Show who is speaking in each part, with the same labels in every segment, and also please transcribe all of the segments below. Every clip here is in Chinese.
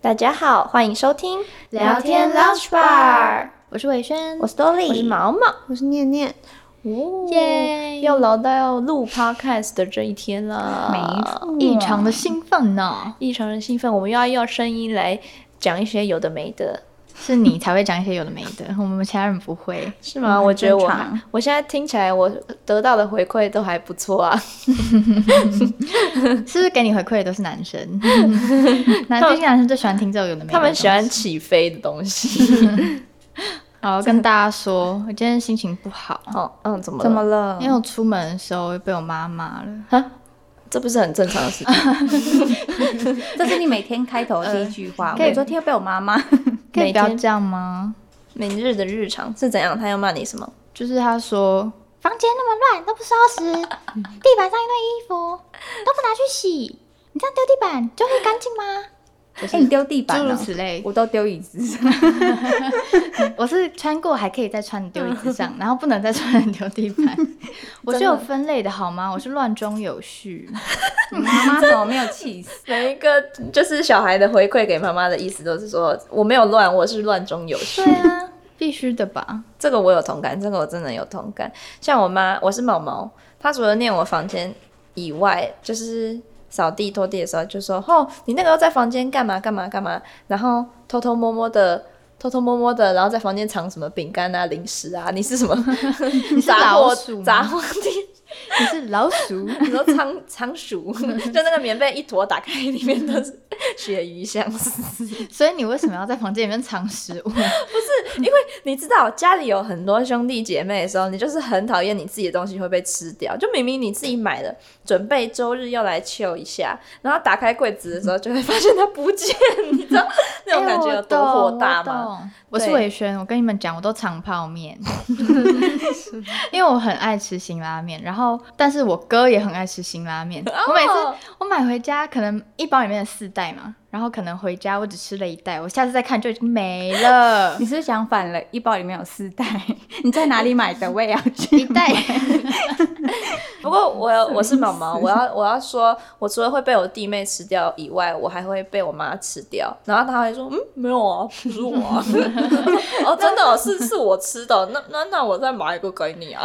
Speaker 1: 大家好，欢迎收听
Speaker 2: 聊天 Lounge Bar。我是伟轩，
Speaker 1: 我是 Dolly，我是毛毛，
Speaker 2: 我是念念。
Speaker 1: 哦
Speaker 2: 耶
Speaker 1: 又来到录 Podcast 的这一天了，
Speaker 2: 异常的兴奋呢，
Speaker 1: 异常的兴奋，我们又要用声音来讲一些有的没的，
Speaker 2: 是你才会讲一些有的没的， 我们其他人不会。嗯
Speaker 1: 是吗？我觉得我
Speaker 2: 正常
Speaker 1: 我现在听起来，我得到的回馈都还不错啊。
Speaker 2: 是不是给你回馈的都是男 生？男生男生最喜欢听这种有的没的。
Speaker 1: 他们喜欢。起飞的东西。
Speaker 2: 好，跟大家说，我今天心情不好，
Speaker 1: 哦，嗯，怎么了？
Speaker 3: 怎么了
Speaker 2: 因？为我出门的时候被我妈骂了。
Speaker 1: 这不是很正常的事情？
Speaker 3: 这是你每天开头的第一句话。
Speaker 2: 嗯可以
Speaker 3: 我昨天又被我妈妈，
Speaker 2: 可以
Speaker 1: 每
Speaker 2: 不要
Speaker 1: 天
Speaker 2: 这样吗？
Speaker 1: 每日的日常是怎样？他要骂你什么？
Speaker 2: 就是他说房间那么乱，都不收拾， 地板上一堆衣服都不拿去洗，你这样丢地板就会干净吗？
Speaker 3: 哎、你丢地板
Speaker 2: 诸如
Speaker 3: 了、
Speaker 2: 此类，
Speaker 3: 我都丢椅子。
Speaker 2: 我是穿过还可以再穿丢椅子上，然 后不能再穿丢地 板。我是有分类的好吗？我是乱中有序。
Speaker 3: 你妈妈怎么没有气死？
Speaker 1: 每一个就是小孩的回馈给妈妈的意思都是说，我没有乱，我是乱中有序。
Speaker 2: 对啊，必须的吧？
Speaker 1: 这个我有同感，这个我真的有同感。像我妈，我是毛毛，她除了念我房间以外，就是扫地拖地的时候就说：“哦，你那个又在房间干嘛干嘛干嘛？”然后偷偷摸摸的。偷偷摸摸的，然后在房间藏什么饼干啊、零食啊？你是什么？ 你
Speaker 2: 是老鼠吗
Speaker 1: 杂货店？
Speaker 2: 你是 老鼠，
Speaker 1: 你说仓仓鼠？ 就那个棉被一坨打开，里面都是鳕鱼香 丝。
Speaker 2: 所以你为什么要在房间里面藏食物？
Speaker 1: 你知道家里有很多兄弟姐妹的时候，你就是很讨厌你自己的东西会被吃掉。就明明你自己买的，准备周日要来 chill 一下，然后打开柜子的时候就会发现它不见， 你知道那种感觉有多火大
Speaker 2: 哎我
Speaker 1: 吗？
Speaker 2: 哎懂我懂我是
Speaker 1: 对
Speaker 2: 伟轩，我跟你们讲，我都藏 泡面， 因为我很爱吃辛拉面。然后，但是我哥也很爱吃辛拉面。
Speaker 1: 哦
Speaker 2: 我每次我买回家，可能一包里面的四袋嘛，然后可能回家我只吃了一袋，我下次再看就已经没 了
Speaker 3: 你。是不是想反了？一包里面有四袋，你在哪里买的？我也要去。
Speaker 2: 一袋，
Speaker 1: 不过 我有我是毛毛，我要我要说，我除了会被我弟妹吃掉以外，我还会被我妈吃掉。然后她还说，嗯，没有啊，不是我啊。 哦，真的哦、是是我吃的，哦那那那我再买一个给你啊。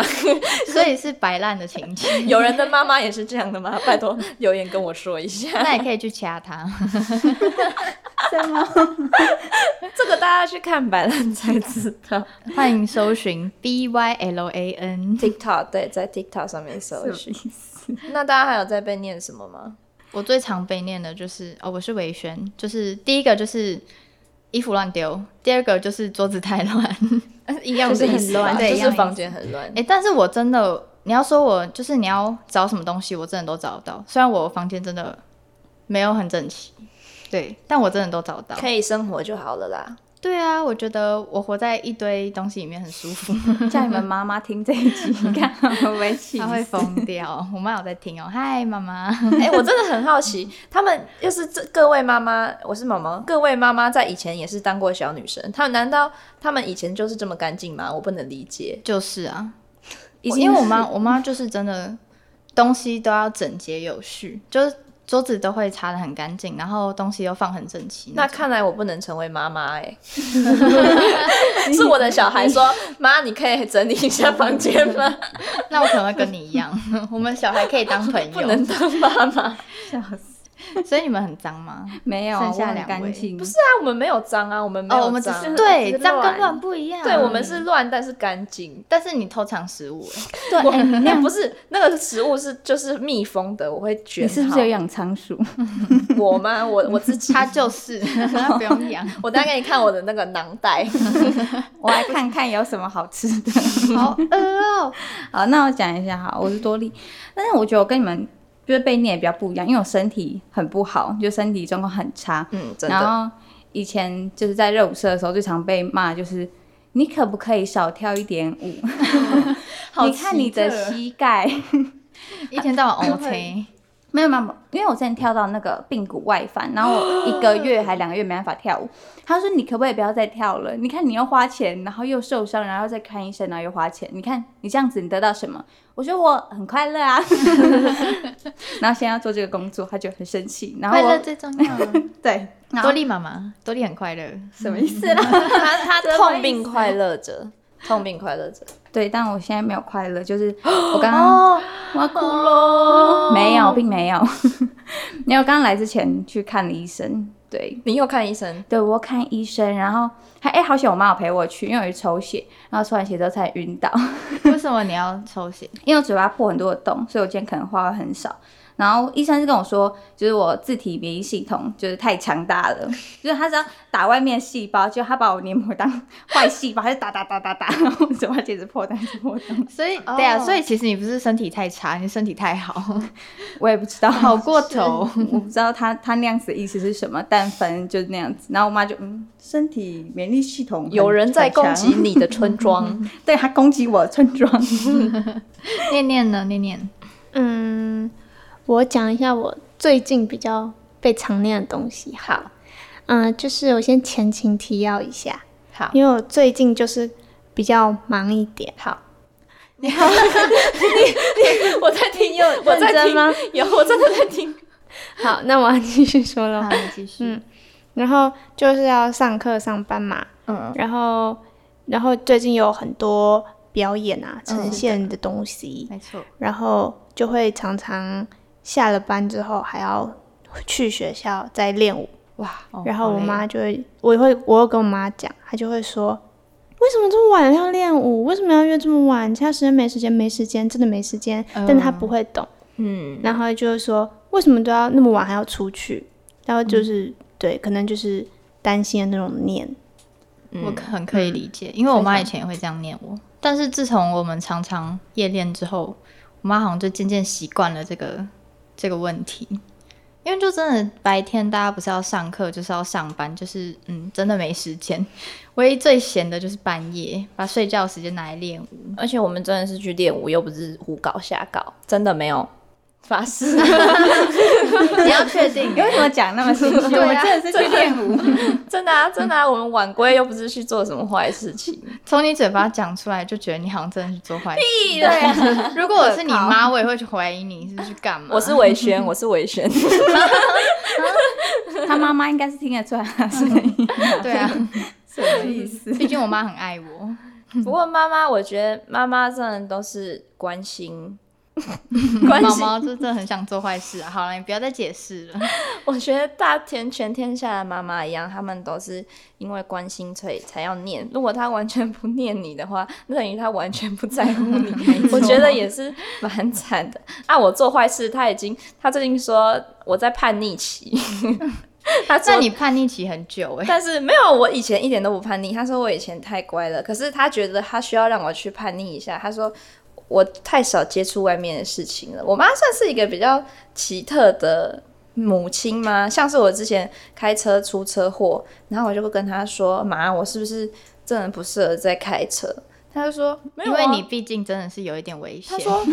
Speaker 2: 所以是摆烂的情 节。
Speaker 1: 有人的妈妈也是这样的吗？拜 托留言跟我说一下。
Speaker 2: 那也可以去掐他。
Speaker 3: 什么？
Speaker 1: 这个大家去看白烂 才知道。
Speaker 2: 欢迎搜寻 B Y L A N。
Speaker 1: TikTok 对，在 TikTok 上面搜寻。
Speaker 3: 意思？
Speaker 1: 那大家还有在被念什么吗？
Speaker 2: 我最常被念的就是哦，我是维轩，就是第一个就是衣服乱丢，第二个就是桌子太乱。
Speaker 1: 一样
Speaker 3: 就是
Speaker 1: 的意
Speaker 3: 很
Speaker 1: 思吧，
Speaker 3: 乱
Speaker 2: 对
Speaker 1: 就
Speaker 2: 一
Speaker 1: 是
Speaker 2: 样的
Speaker 1: 房间很乱
Speaker 2: 哎、。但是我真的，你要说我就是你要找什么东西，我真的都找得到。虽然我房间真的没有很整齐，对，但我真的都找得到。
Speaker 1: 可以生活就好了啦。
Speaker 2: 对啊，我觉得我活在一堆东西里面很舒服，
Speaker 3: 叫你们妈妈听这一集，你看会不会气死？
Speaker 2: 她会疯掉。我妈有在听哦，嗨，妈妈。
Speaker 1: 哎、我真的很好奇，他们要是这各位妈妈，我是毛毛，各位妈妈在以前也是当过小女生，她们难道她们以前就是这么干净吗？我不能理解。
Speaker 2: 就是啊，
Speaker 3: 已
Speaker 2: 我
Speaker 3: 经
Speaker 2: 因为我
Speaker 3: 是
Speaker 2: 妈，我妈就是真的东西都要整洁有序，就是桌子都会擦得很干净，然后东西又放很整齐。
Speaker 1: 那看来我不能成为妈妈 哎，是我的小孩说妈，你可以整理一下房间吗？
Speaker 2: 那我可能会跟你一样， 我们小孩可以当朋
Speaker 1: 不能
Speaker 2: 友。
Speaker 1: 当妈妈。
Speaker 3: 笑死。
Speaker 2: 所以你们很脏吗？
Speaker 3: 没有，
Speaker 2: 剩下
Speaker 3: 我很
Speaker 2: 两位
Speaker 3: 干净。不是
Speaker 1: 对啊，我们没有脏啊，我们没
Speaker 2: 哦，我
Speaker 1: 有
Speaker 2: 们只
Speaker 1: 脏啊、
Speaker 2: 是
Speaker 3: 只
Speaker 2: 对
Speaker 3: 是
Speaker 2: 脏跟
Speaker 3: 乱
Speaker 2: 乱不一样。嗯
Speaker 1: 对，我们是乱，但是干净。
Speaker 2: 但是你偷藏食物，欸
Speaker 3: 对，哎你
Speaker 1: 那
Speaker 3: 那
Speaker 1: 不是那个食物是就是密封的，我会卷
Speaker 3: 你
Speaker 1: 好。
Speaker 3: 是不是有养仓 鼠？
Speaker 1: 我吗？我我自己，
Speaker 2: 他就是 他不 用养。
Speaker 1: 我等一下给你看我的那个囊袋。
Speaker 3: 我来看看有什么好吃的。
Speaker 2: 好饿哦，
Speaker 3: 好，那我讲一下哈，我是多莉，但是我觉得我跟你们就是被念也比较不一样，因为我身体很不好，就身体状况很差。
Speaker 1: 嗯，真的。
Speaker 3: 然后以前就是在热舞社的时候，最常被骂就是你可不可以少跳一点舞？
Speaker 2: 好
Speaker 3: 你看你的
Speaker 2: 奇特
Speaker 3: 膝盖，
Speaker 2: 一天到 晚
Speaker 1: 就
Speaker 2: OK，
Speaker 3: 没有没有，没有因为我之前跳到那个髌骨外翻，然后我一个月还两个月没办法跳舞。他说你可不可以不要再跳了？你看你又花钱，然后又受伤，然后再看医生，然后又花钱。你看你这样子，你得到什么？我说我很快乐啊。 然后现在要做这个工作，他就很生气。然后
Speaker 2: 快乐
Speaker 3: 我
Speaker 2: 最重要啊。
Speaker 3: 对，然后
Speaker 2: 多利妈妈，多利很快乐。
Speaker 3: 什么意思啦？
Speaker 1: 他 他
Speaker 3: 什么
Speaker 1: 痛并快乐着，痛并快乐着。
Speaker 3: 对，但我现在没有快乐，就是 我刚刚我要哭
Speaker 1: 哦
Speaker 3: 喽。没有，并没有。 没有，刚刚来之前去看了医生。对，
Speaker 1: 你又看医生，
Speaker 3: 对我看医生，然后还哎、好险，我妈有陪我去，因为我去抽血，然后抽完血之后才晕倒，
Speaker 2: 为什么你要抽血？
Speaker 3: 因为我嘴巴破很多的洞，所以我今天可能话会很少。然后医生是跟我说，就是我自体免疫系统就是太强大了， 就是他是要打外面细胞，就他把我黏膜当坏细胞，他就打打打打打， 然后我嘴巴一直破，但是破洞，
Speaker 2: 所以
Speaker 1: 哦
Speaker 2: 对啊，所以其实你不是身体太差，你身体太好，
Speaker 3: 我也不知道，
Speaker 2: 好过头。
Speaker 3: 我不知道他他那样子的意思是什么，但反正就是那样子。然后我妈就嗯，身体免疫系统很
Speaker 1: 有人在攻击，
Speaker 3: 很强
Speaker 1: 你的村庄。
Speaker 3: 对他攻击我的村庄。
Speaker 2: 念念呢？念念，
Speaker 4: 嗯，我讲一下我最近比较被常念的东西。好，嗯，就是我先前情提要一下，
Speaker 1: 好，
Speaker 4: 因为我最近就是比较忙一点。好，
Speaker 1: 我在听， 有我在
Speaker 4: 认真
Speaker 1: 听
Speaker 4: 吗？
Speaker 1: 有，我真的在听。
Speaker 4: 好，那我要继续说了
Speaker 2: 好，。你继续。
Speaker 4: 嗯然后就是要上课上班嘛，
Speaker 1: 嗯，
Speaker 4: 然后然后最近有很多表演啊、呈现的东西，
Speaker 2: 没错，
Speaker 4: 然后就会常常下了班之后还要去学校再练舞，
Speaker 2: 哇！哦
Speaker 4: 然后我，
Speaker 2: 好累
Speaker 4: 妈就会，我也会，我有跟我妈讲，她就会说，为什么这么晚要练舞？为什么要约这么晚？其他时间没时间，没时间，真的没时间。但她不会懂，
Speaker 1: 嗯，
Speaker 4: 然后就是说，为什么都要那么晚还要出去？然后就是、对，可能就是担心的那种念。
Speaker 2: 我很可以理解，因为我妈以前也会这样念我，但是自从我们常常夜练之后，我妈好像就渐渐习惯了这个这个问题。因为就真的白天大家不是要上课，就是要上班，就是嗯，真的没时间。 唯一最闲的就是半夜，把睡觉时间拿来练 舞。
Speaker 1: 而且我们真的是去练舞，又不是胡搞瞎搞，真的没有发誓。
Speaker 2: 你要确定
Speaker 3: 你为什么讲那么心虚？我们真的是去练舞，
Speaker 1: 真的啊，真的啊，我们晚归又不是去做什么坏事 情。
Speaker 2: 从你嘴巴讲出来，就觉得你好像真的去做坏事。
Speaker 1: 对啊，
Speaker 2: 如果我是你妈，我也会去怀疑你是不是去干嘛。
Speaker 1: 我是维轩，我是维轩。
Speaker 3: 他妈妈应该是听得出来他声音，
Speaker 2: 对啊，
Speaker 3: 什么意思？
Speaker 2: 毕竟我妈很 爱我。
Speaker 1: 不过妈妈，我觉得妈妈真的都是关心， 关
Speaker 2: 毛
Speaker 1: 心。
Speaker 2: 毛就真的很想做坏事啊！好了，你不要再解释 了。
Speaker 1: 我觉得大天全天下的妈妈一样，他们都是因为关心所以才要念。如果他完全不念你的话，那等于他完全不在乎 你。我觉得也是蛮惨的。啊，我做坏事，他已经，他最近说我在叛逆 期。他说
Speaker 2: 那你叛逆期很久哎、
Speaker 1: 但是没有，我以前一点都不叛逆。他说我以前太乖了，可是他觉得他需要让我去叛逆一下。他说我太少接触外面的事情了。我妈算是一个比较奇特的母亲吗？像是我之前开车出车祸，然后我就会跟她说：“妈，我是不是真的不适合在开车？”她就说：“没有、
Speaker 2: 因
Speaker 1: 啊，
Speaker 2: 为你毕竟真的是有一点危险。
Speaker 1: 他说：“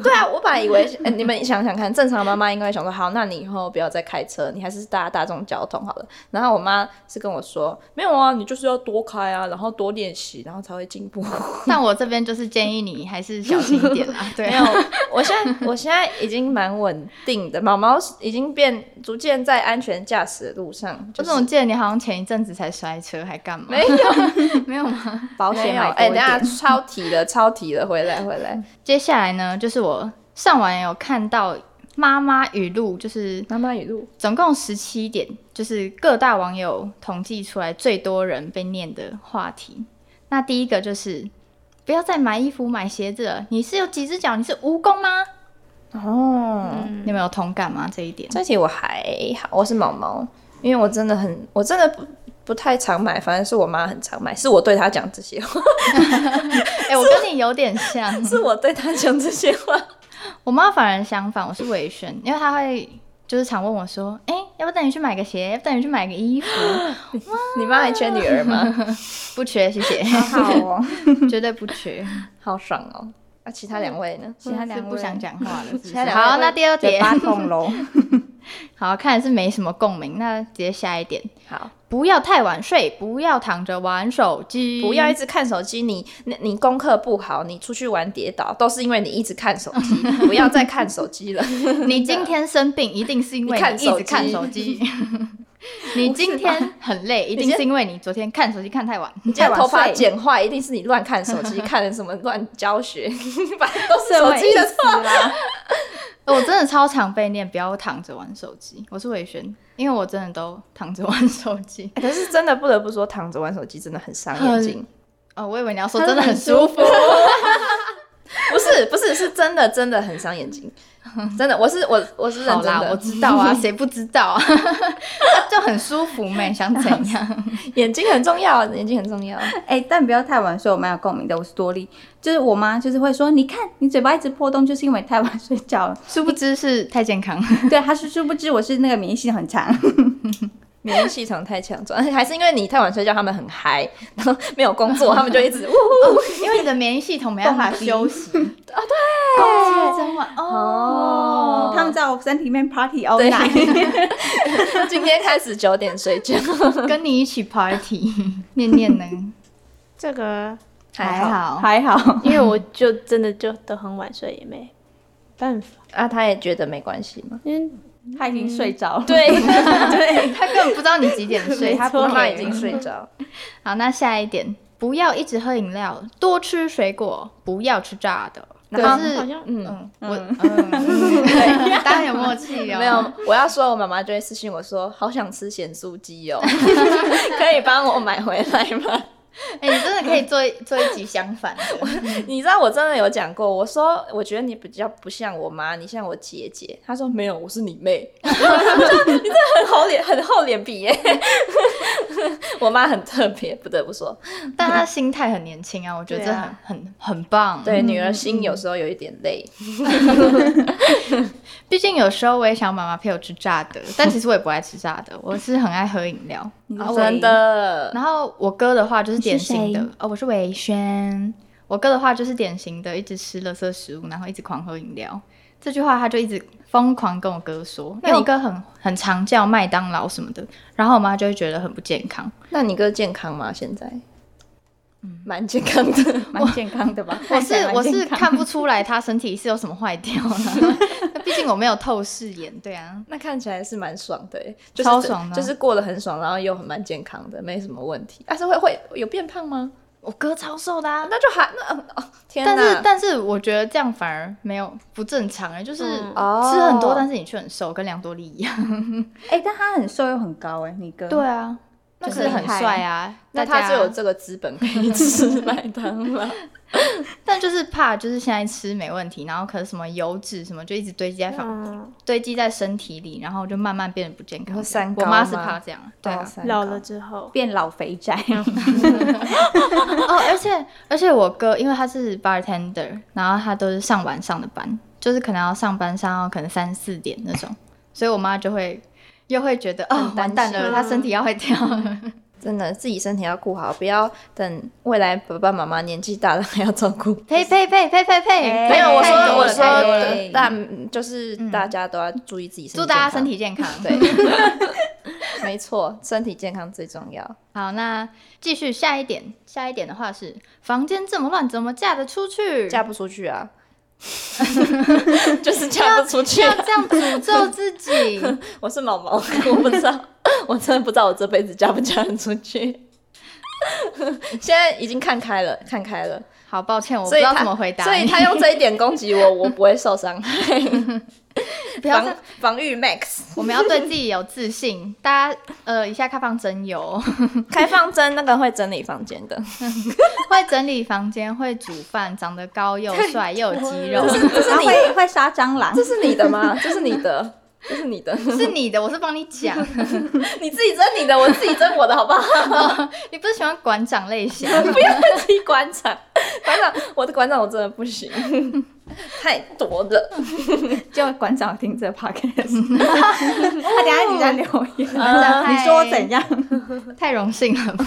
Speaker 1: 对啊，我本来以为、呃你们想想看，正常的妈妈应该会想说，好，那你以后不要再开车，你还是搭大众交通好了。”然后我妈是跟我说：“没有啊，你就是要多开啊，然后多练习，然后才会进步。
Speaker 2: 但我这边就是建议你还是小心一 点啦。对啊
Speaker 1: 没有， 我现在我现在已经蛮稳定的，毛毛已经变逐渐在安全驾驶的路上，
Speaker 2: 我
Speaker 1: 就是
Speaker 2: 怎么记得你好像前一阵子才摔车，还干嘛？
Speaker 1: 没有
Speaker 2: 没有吗？
Speaker 3: 保
Speaker 1: 没
Speaker 3: 险
Speaker 1: 有。
Speaker 3: 买
Speaker 1: 哎、
Speaker 3: 多一
Speaker 1: 等一下
Speaker 3: 点。
Speaker 1: 超题了，超题了，回来回来。
Speaker 2: 接下来呢，就是我上网有看到妈妈语录，就是
Speaker 1: 妈妈语录，
Speaker 2: 总共十七点，就是各大网友统计出来最多人被念的话题。那第一个就是不要再买衣服、买鞋子了。你是有几只脚？你是蜈蚣吗？嗯
Speaker 1: 哦，
Speaker 2: 你们有同感吗？这一点？
Speaker 1: 这题我还好，我是毛毛，因为我真的很，我真的不不太常买，反正是我妈很常买，是我对她讲这些话，
Speaker 2: 哎、我跟你有点像，
Speaker 1: 是我对她讲这些话。
Speaker 2: 我妈反而相反，我是伟轩，因为她会就是常问我说，哎、要不带你去买个鞋，要不带你去买个衣服，
Speaker 1: 你妈还缺女 儿吗？
Speaker 2: 不缺，谢谢，
Speaker 3: 好哦，
Speaker 2: 绝对不缺。
Speaker 1: 好爽哦！啊，其他两位呢？
Speaker 3: 其他
Speaker 2: 是
Speaker 3: 两位
Speaker 2: 不想，讲话了是不是
Speaker 1: 其他两位
Speaker 2: 好，那第二
Speaker 3: 嘴
Speaker 2: 点，
Speaker 3: 巴痛喽。
Speaker 2: 好，看来是没什么共鸣，那直接下一点，
Speaker 1: 好，
Speaker 2: 不要太晚睡，不要躺着玩手机，
Speaker 1: 不要一直看手机。你你你功课不好，你出去玩跌倒，都是因为你一直看手机。 不要再看手机 了。
Speaker 2: 你今天生病，一定是因为
Speaker 1: 你看
Speaker 2: 你一
Speaker 1: 手
Speaker 2: 直
Speaker 1: 机
Speaker 2: 看手机。 你今天很累，一定是因为你昨天看手机看太晚。
Speaker 1: 你今天头发
Speaker 3: 睡
Speaker 1: 剪坏，一定是你乱看手 机，看了什么乱教学， 反正都是
Speaker 3: 什
Speaker 1: 手
Speaker 3: 么
Speaker 1: 机 的啊错。
Speaker 2: 我真的超常被念不要躺着玩手机。我是伟轩，因为我真的都躺着玩手机。
Speaker 1: 哎可是真的不得不说，躺着玩手机真的很伤眼
Speaker 2: 很
Speaker 1: 睛。
Speaker 2: 哦，我以为你要说真的很舒服。
Speaker 1: 不是不是，是真的真的很伤眼睛，真的，我是我我是认
Speaker 2: 好
Speaker 1: 真
Speaker 2: 啦，我
Speaker 1: 的，
Speaker 2: 知 道啊，谁不知道 啊？就很舒服没？想怎样？
Speaker 1: 眼睛很重要，眼睛很重要。
Speaker 3: 哎、但不要太晚睡，我蛮有共鸣的。我是多莉，就是我妈就是会说，你看你嘴巴一直破洞，就是因为太晚睡觉了。
Speaker 2: 殊不知是太健康。
Speaker 3: 对，她是殊不知我是那个免疫系统很强，
Speaker 1: 免疫系统太强壮， 还是因为你太晚睡觉，他们很嗨， 然后没有工作，他们就一 直呜呼。
Speaker 2: 因为你的免疫系统没办法休息啊，对，工作真晚哦
Speaker 1: 哦。
Speaker 3: 他们在我身体里面 party all
Speaker 1: 对
Speaker 3: night。
Speaker 1: 今天开始九点睡觉，
Speaker 2: 跟你一起 party，念 念呢？
Speaker 4: 这个，
Speaker 1: 还好
Speaker 2: 好，
Speaker 3: 还好，
Speaker 4: 因为 我就真的就都很晚睡，也没办法，
Speaker 1: 啊，他也觉得没关系嘛。
Speaker 4: 因为
Speaker 3: 她已经睡着了。
Speaker 1: 对，
Speaker 2: 他根本不知道你几点睡，
Speaker 4: 没
Speaker 2: 他不
Speaker 4: 错
Speaker 1: 妈妈
Speaker 2: care
Speaker 1: 已经睡着，
Speaker 2: 好，那下一点，不要一直喝饮料，多吃水果，不要吃炸的。
Speaker 1: 对
Speaker 2: 然后
Speaker 4: 好
Speaker 2: 是，
Speaker 4: 像
Speaker 2: 嗯，我，嗯，大家有默契 哦。
Speaker 1: 没有，我要说，我妈妈就会私信我说，好想吃咸酥鸡哦， 可以帮我买回来吗？
Speaker 2: 哎，你真的可以做一做一集相反的，
Speaker 1: 你知道我真的有讲过，我说我觉得你比较不像我妈，你像我姐姐。她说没有，我是你妹。 我说你这很厚脸，很厚脸皮耶。 我妈很特别，不得不说，
Speaker 2: 但他心态很年轻啊，我觉得这
Speaker 4: 对
Speaker 2: 很
Speaker 4: 啊
Speaker 2: 很很棒。
Speaker 1: 对女儿心有时候有一点累。
Speaker 2: 毕竟有时候我也想妈妈陪我吃炸 的，但其实我也不爱吃炸的，我是很爱喝饮料。
Speaker 3: 你是
Speaker 1: 啊
Speaker 3: 谁
Speaker 1: 真，的，
Speaker 2: 然后我哥的话就是典型
Speaker 3: 你是
Speaker 2: 的
Speaker 3: 谁，
Speaker 2: 哦，我是维轩。我哥的话就是典型的，一直吃垃圾食物，然后一直狂喝饮料。这句话他就一直疯狂跟我哥说，因为我哥很很常叫麦当劳什么的，然后我妈就会觉得很不健康。
Speaker 1: 那你哥健康吗？现在？嗯蛮健康的，
Speaker 3: 蛮健康的吧？
Speaker 2: 我
Speaker 3: 看起
Speaker 2: 是
Speaker 3: 来蛮
Speaker 2: 我是
Speaker 3: 健康
Speaker 2: 看不出来他身体是有什么坏掉了，那 毕竟我没有透视眼，对啊。
Speaker 1: 那看起来是蛮爽的耶，就是
Speaker 2: 超爽的啊
Speaker 1: 就是过得很爽，然后又很蛮健康的，没什么问题。但是会会有变胖吗？
Speaker 2: 我哥超瘦的啊，
Speaker 1: 那就还那嗯哦，天哪！
Speaker 2: 但是但是我觉得这样反而没有不正常哎、就是
Speaker 4: 嗯
Speaker 1: 哦
Speaker 2: 吃很多，但是你却很瘦，跟梁多利一样。
Speaker 3: 哎、但他很瘦又很高哎、你哥。
Speaker 2: 对啊，那
Speaker 3: 就是
Speaker 2: 是很
Speaker 3: 厉害
Speaker 2: 帅啊。
Speaker 1: 那他
Speaker 2: 大家
Speaker 1: 就有这个资本可以吃麦当劳。
Speaker 2: 但就是怕，就是现在吃没问题，然后可是什么油脂什么就一直堆积在房，
Speaker 4: 嗯，
Speaker 2: 堆积在身体里，然后就慢慢变得不健康。
Speaker 1: 说三
Speaker 2: 我
Speaker 1: 高
Speaker 2: 妈是
Speaker 1: 吗哦
Speaker 2: 怕这样，对啊。
Speaker 4: 老了之后，
Speaker 3: 变老肥宅，
Speaker 2: 哦，而且而且我哥，因为他是 bartender，然后他都是上晚上的班，就是可能要上班上到可能三四点那种，所以我妈就会又会觉得哦，完蛋了，
Speaker 4: 心
Speaker 2: 他身体要坏掉了。
Speaker 1: 真的自己身体要顾好，不要等未来爸爸妈妈年纪大了还要照 顾。
Speaker 2: 呸呸呸呸呸呸！
Speaker 3: 哎
Speaker 1: 没有，我
Speaker 2: 太
Speaker 1: 说
Speaker 2: 多
Speaker 1: 我
Speaker 2: 了
Speaker 1: 说嗯
Speaker 2: 太多了
Speaker 3: 太多了，
Speaker 1: 但就是大家都要注意自己身体健康，
Speaker 2: 祝大家身体健康。
Speaker 1: 对，没错，身体健康最重要。
Speaker 2: 好，那继续下一点，下一点的话是房间这么乱，怎么嫁得出去？
Speaker 1: 嫁不出去啊， 就是嫁不出去。啊
Speaker 2: 要这样诅咒自己。
Speaker 1: 我是毛毛，我不知道， 我真的不知道我这辈子嫁不嫁得出 去。现在已经看开了，看开了。
Speaker 2: 好，抱歉，我不
Speaker 1: 所以
Speaker 2: 知道
Speaker 1: 他
Speaker 2: 怎么回答
Speaker 1: 所以
Speaker 2: 你。
Speaker 1: 他用这一点攻击我，我不会受 伤害。
Speaker 2: 不要
Speaker 1: 防
Speaker 2: 这样，
Speaker 1: 防御 max，
Speaker 2: 我们要对自己有自信。 大家呃，以下开放真由，
Speaker 1: 开放针那个会整理房间的，
Speaker 2: 会整理房间，会煮饭，长得高又帅又有肌肉，
Speaker 3: 然后会会杀蟑螂
Speaker 1: 这。是你的吗？这是你的，这是你的，
Speaker 2: 是你的，我是帮你讲。
Speaker 1: 你自己争你的，我自己争我的，好 不好？
Speaker 2: 你不是喜欢馆长类型？
Speaker 1: 自己馆长，馆长，我的馆长我真的不 行，太多了。
Speaker 3: 就馆长听这 podcast，他等一下你在留言，
Speaker 2: 馆长
Speaker 3: 你
Speaker 2: 太
Speaker 3: 说我怎样？
Speaker 2: 太荣幸了吧？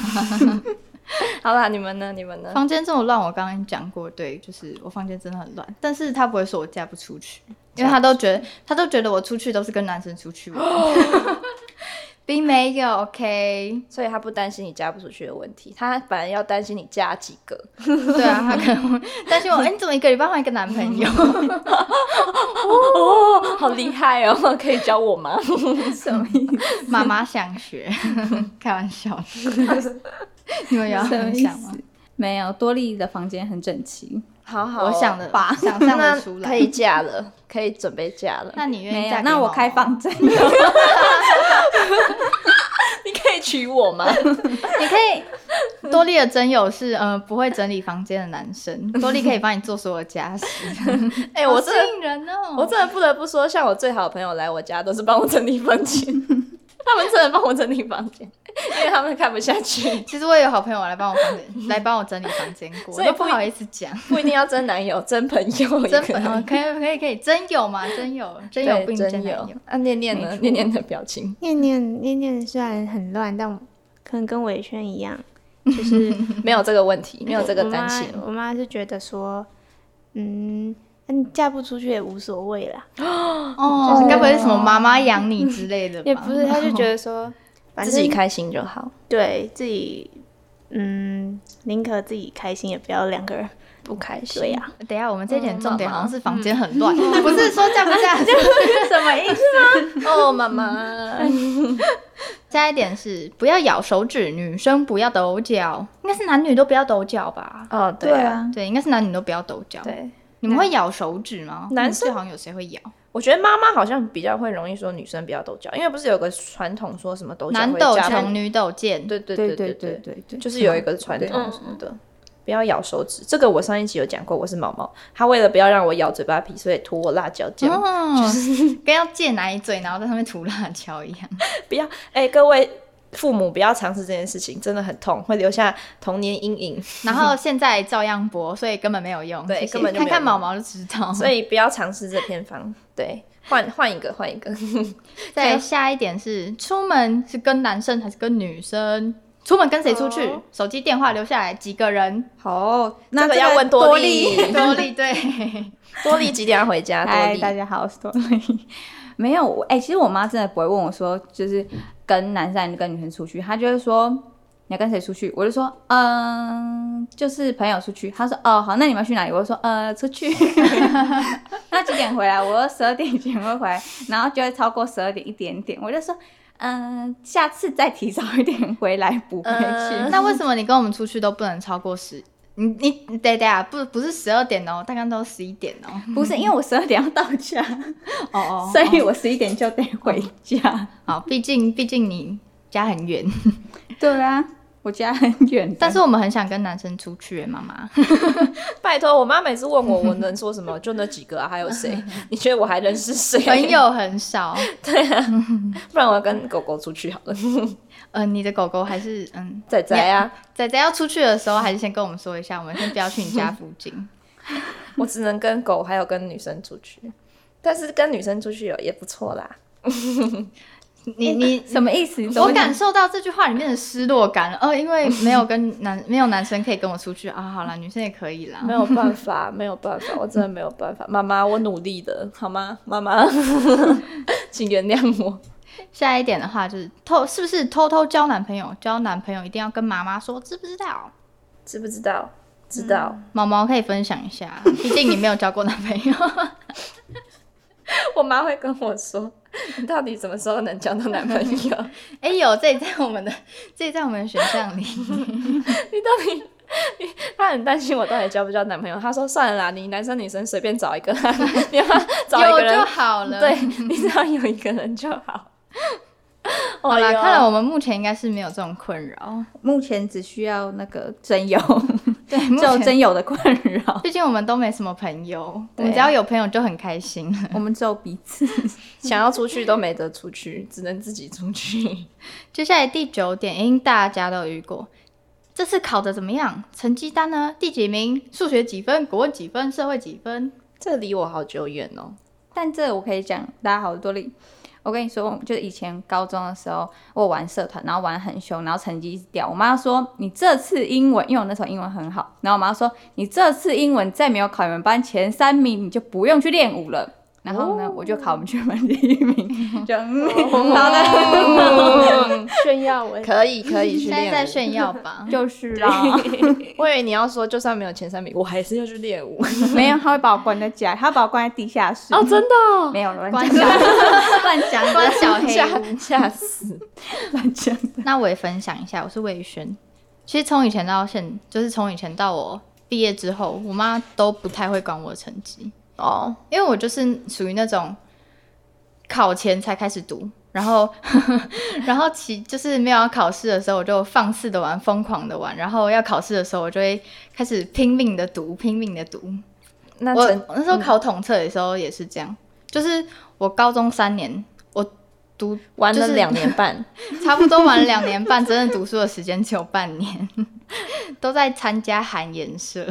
Speaker 1: 好啦，你们呢？你们呢？
Speaker 2: 房间这么乱，我刚刚讲过，对，就是我房间真的很乱，但是他不会说我嫁不出去，因为他都觉得他都觉得我出去都是跟男生出去玩，并没有 OK。
Speaker 1: 所以他不担心你嫁不出去的问题，他反而要担心你嫁几个。
Speaker 2: 对啊，他可能会担心我，哎、你怎么一个礼拜换一个男朋友？
Speaker 1: 哦，好厉害 哦！可以教我吗？
Speaker 3: 什么意思？
Speaker 2: 妈妈想 学，开玩笑 的。你们有要分享吗？
Speaker 3: 没有，多利的房间很整齐，
Speaker 1: 好好哦，
Speaker 2: 我想的
Speaker 3: 吧
Speaker 2: 想象
Speaker 1: 那
Speaker 2: 的出来。
Speaker 1: 可以嫁 了，可以准备嫁了。
Speaker 2: 那你愿
Speaker 3: 没
Speaker 2: 意嫁
Speaker 3: 有。
Speaker 2: 给
Speaker 3: 那我
Speaker 2: 毛
Speaker 3: 开
Speaker 2: 毛
Speaker 3: 放证，
Speaker 1: 你可以娶我吗？
Speaker 2: 你可以，多利的真友是呃不会整理房间的男生， 多利可以帮你做所有家事。
Speaker 1: 哎、我真的
Speaker 2: 吸引人哦！
Speaker 1: 我真的不得不说，像我最好的朋友来我家都是帮我整理房间， 他们真的帮我整理房间，因为他们看不下去，
Speaker 2: 其实我也有好朋友来帮我房 间，来帮我整理房间过，
Speaker 1: 所
Speaker 2: 我
Speaker 1: 以
Speaker 2: 都
Speaker 1: 不
Speaker 2: 不好意思讲。
Speaker 1: 不一定要真男友， 真朋友也
Speaker 2: 真
Speaker 1: 可以
Speaker 2: 本哦，可以可以可以，真有嘛？真有，真
Speaker 1: 对
Speaker 2: 有并
Speaker 1: 真
Speaker 2: 真男
Speaker 1: 有
Speaker 2: 友。。
Speaker 1: 啊，念念呢？念念的表情，
Speaker 4: 念念念念虽然很乱，但我可能跟伟轩一样，就是
Speaker 1: 没有这个问题，没有这个
Speaker 4: 我
Speaker 1: 担
Speaker 4: 妈
Speaker 1: 心。
Speaker 4: 我妈就觉得说，嗯，你嫁不出去也无所谓啦，
Speaker 2: 哦，该不会是什么妈妈养你之类的吧？
Speaker 4: 也不是，她就觉 得说，反
Speaker 1: 自
Speaker 4: 正
Speaker 1: 己开心就好，
Speaker 4: 对自己，嗯，宁可自己开心，也不要两个人。
Speaker 1: 不开心。
Speaker 4: 对 呀、
Speaker 2: 等一下，我们这一点重点
Speaker 1: 嗯妈嗯
Speaker 2: 好
Speaker 1: 妈
Speaker 2: 像是房间很乱， 不是说嫁不 嫁。
Speaker 3: 什么意思？
Speaker 1: 哦，妈妈，
Speaker 2: 加一点是不要咬手指，女生不要抖脚，应该是男女都不要抖脚吧？
Speaker 1: 哦，对
Speaker 3: 对
Speaker 1: 啊，
Speaker 3: 啊，
Speaker 2: 对，应该是男女都不要抖脚。，
Speaker 1: 对。
Speaker 2: 你们会咬手指吗？
Speaker 1: 男生
Speaker 2: 我记得好像有谁会咬，
Speaker 1: 我觉得妈妈好像比较会容易说女生不要抖脚，因为不是有个传统说什么抖脚
Speaker 2: 男
Speaker 1: 会
Speaker 2: 抖
Speaker 1: 嫁
Speaker 2: 穷，
Speaker 1: 不
Speaker 2: 女抖贱。
Speaker 1: 对对
Speaker 3: 对对
Speaker 1: 对对
Speaker 3: 对
Speaker 1: 对
Speaker 3: 对对，
Speaker 1: 就是有一个传统什么的，不要咬手指。这个我上一集有讲过，我是毛毛，他为了不要让我咬嘴巴皮，所以涂我辣椒酱。
Speaker 2: 哦，跟要借奶嘴，然后在上面涂辣椒一 样。
Speaker 1: 不要，哎、各位父母不要尝试这件事情，真的很痛，会留下童年阴影。
Speaker 2: 然后现在照样播，所以根本没有用。
Speaker 1: 对
Speaker 2: 谢谢
Speaker 1: 根本就没有
Speaker 2: 看看
Speaker 1: 用
Speaker 2: 毛毛就知道。
Speaker 1: 所以不要尝试这偏方。对，换换一个，换一个。
Speaker 2: 再下一点是，出门是跟男生还是跟女生？出门跟谁出去？
Speaker 1: 哦
Speaker 2: 手机电话留下来几个人？
Speaker 3: 好，那
Speaker 1: 这个
Speaker 3: 这
Speaker 1: 要
Speaker 3: 个
Speaker 1: 问
Speaker 3: 多
Speaker 1: 利，
Speaker 2: 多 利对，
Speaker 1: 多利几点要 回家？
Speaker 3: 嗨，
Speaker 1: 多
Speaker 3: 大
Speaker 1: 利，
Speaker 3: 家好，我是多莉。 没有，我哎、其实我妈真的不会问我说，就是跟男生还是跟女生出去，她就会说你要跟谁出去，我就说嗯，就是朋友出去。她说哦好，那你们要去哪里？我就说呃出去。 那几点回来？我十二点以前会回来，然后就会超过十二点一点点，我就说嗯，下次再提早一点回来补回去。
Speaker 1: 嗯
Speaker 2: 那为什么你跟我们出去都不能超过十？你你你等一下，不不是十二点哦，大概都十一点哦。
Speaker 3: 不是因为我十二点要到家，
Speaker 2: 哦哦
Speaker 3: 所以我十一点就得回家。
Speaker 2: 好，毕竟毕竟你家很 远，
Speaker 3: 对啊，我家很远的，
Speaker 2: 但是我们很想跟男生出去耶，妈妈。
Speaker 1: 拜托，我妈每次问我，我能说 什么？就那几个啊，还有谁？ 你觉得我还认识谁？
Speaker 2: 朋，友很少，
Speaker 1: 不然我要跟狗狗出去好了。
Speaker 2: 呃，你的狗狗还是嗯，
Speaker 1: 仔仔啊，
Speaker 2: 仔仔要出去的时候，还是先跟我们说一下，我们先不要去你家附近。
Speaker 1: 我只能跟狗还有跟女生出去，但是跟女生出去有也不错啦。
Speaker 2: 你你
Speaker 3: 什么意思？
Speaker 2: 我感受到这句话里面的失落感了，呃，因为没有跟男没有男生可以跟我出 去啊，好啦，女生也可以啦。
Speaker 1: 没有办 法，没有办法，我真的没有办法。妈妈，我努力的，好吗？妈妈， 请原谅我。
Speaker 2: 下一点的话就是偷，是不是偷偷交男朋友？交男朋友一定要跟妈妈说，知不知道？
Speaker 1: 知不知道？知道。
Speaker 2: 毛毛可以分享一 下，毕竟你没有交过男朋友。
Speaker 1: 我妈会跟我说，你到底什么时候能交到男朋友？
Speaker 2: 哎、有这里在我们的，这里在我们的选项里。
Speaker 1: 你到底？你她很担心我到底交不交男朋友。她说：“算了啦，你男生女生随便找一个，啊 你要不要 找一
Speaker 2: 有
Speaker 1: 个人
Speaker 2: 就好了。
Speaker 1: 对，，你只要有一个人就 好。
Speaker 2: 好
Speaker 1: 哎
Speaker 2: 啦，
Speaker 1: 呦
Speaker 2: 看来我们目前应该是没有这种困扰。
Speaker 3: 目前只需要那个真友，
Speaker 2: 对， 目
Speaker 3: 只有
Speaker 2: 前
Speaker 3: 真友的困扰，
Speaker 2: 毕竟我们都没什么朋友，我
Speaker 1: 对
Speaker 2: 们
Speaker 1: 啊
Speaker 2: 只要有朋友就很开心了。
Speaker 3: 我们只有彼此。
Speaker 1: 想要出去都没得出去，只能自己出去。
Speaker 2: 接下来第九点，应大家都有遇过。这次考的怎么样？成绩单呢？第几名？数学几分？国文几分？社会几分？
Speaker 1: 这离我好久远哦。
Speaker 3: 但这我可以讲，大家好，我是多莉。我跟你说，就是以前高中的时候，我玩社团，然后玩得很凶，然后成绩一直掉。我妈说：“你这次英文，因为我那时候英文很好，然后我妈说：‘你这次英文再没有考你们班前三名，你就不用去练舞了。’然后呢，我就考我们全班第一 名，就嗯，然后呢，？
Speaker 4: 炫耀 我。
Speaker 1: 可以可以去
Speaker 2: 现在
Speaker 1: 练
Speaker 2: 在
Speaker 1: 舞
Speaker 2: 炫耀 吧
Speaker 3: 就是 啦，
Speaker 1: 我以为你要说，就算没有前三名，我还是要去练舞。
Speaker 3: 没有，她会把我关在家，她会把我关在地下室。
Speaker 1: 真的、
Speaker 3: 没有乱
Speaker 2: 关
Speaker 3: 讲，
Speaker 2: 小
Speaker 3: 乱讲的，
Speaker 2: 关小黑 屋。
Speaker 1: 吓吓死！
Speaker 3: 乱讲的。
Speaker 2: 那我也分享一下，我是魏宇轩。其实从以前到现，就是从以前到我毕业之后，我妈都不太会管我的成绩，
Speaker 1: 哦，
Speaker 2: 因为我就是属于那种考前才开始读，然后 然后其就是没有要考试的时候，我就放肆的玩，疯狂的玩，然后要考试的时候，我就会开始拼命的读，拼命的读。
Speaker 1: 那
Speaker 2: 我
Speaker 1: 成嗯
Speaker 2: 我那时候考统测的时候也是这样，就是我高中三年，我读
Speaker 1: 玩
Speaker 2: 就
Speaker 1: 了
Speaker 2: 是
Speaker 1: 两年半，
Speaker 2: 差不多玩了两年半，真正读书的时间只有半年， 都在参加韩研社。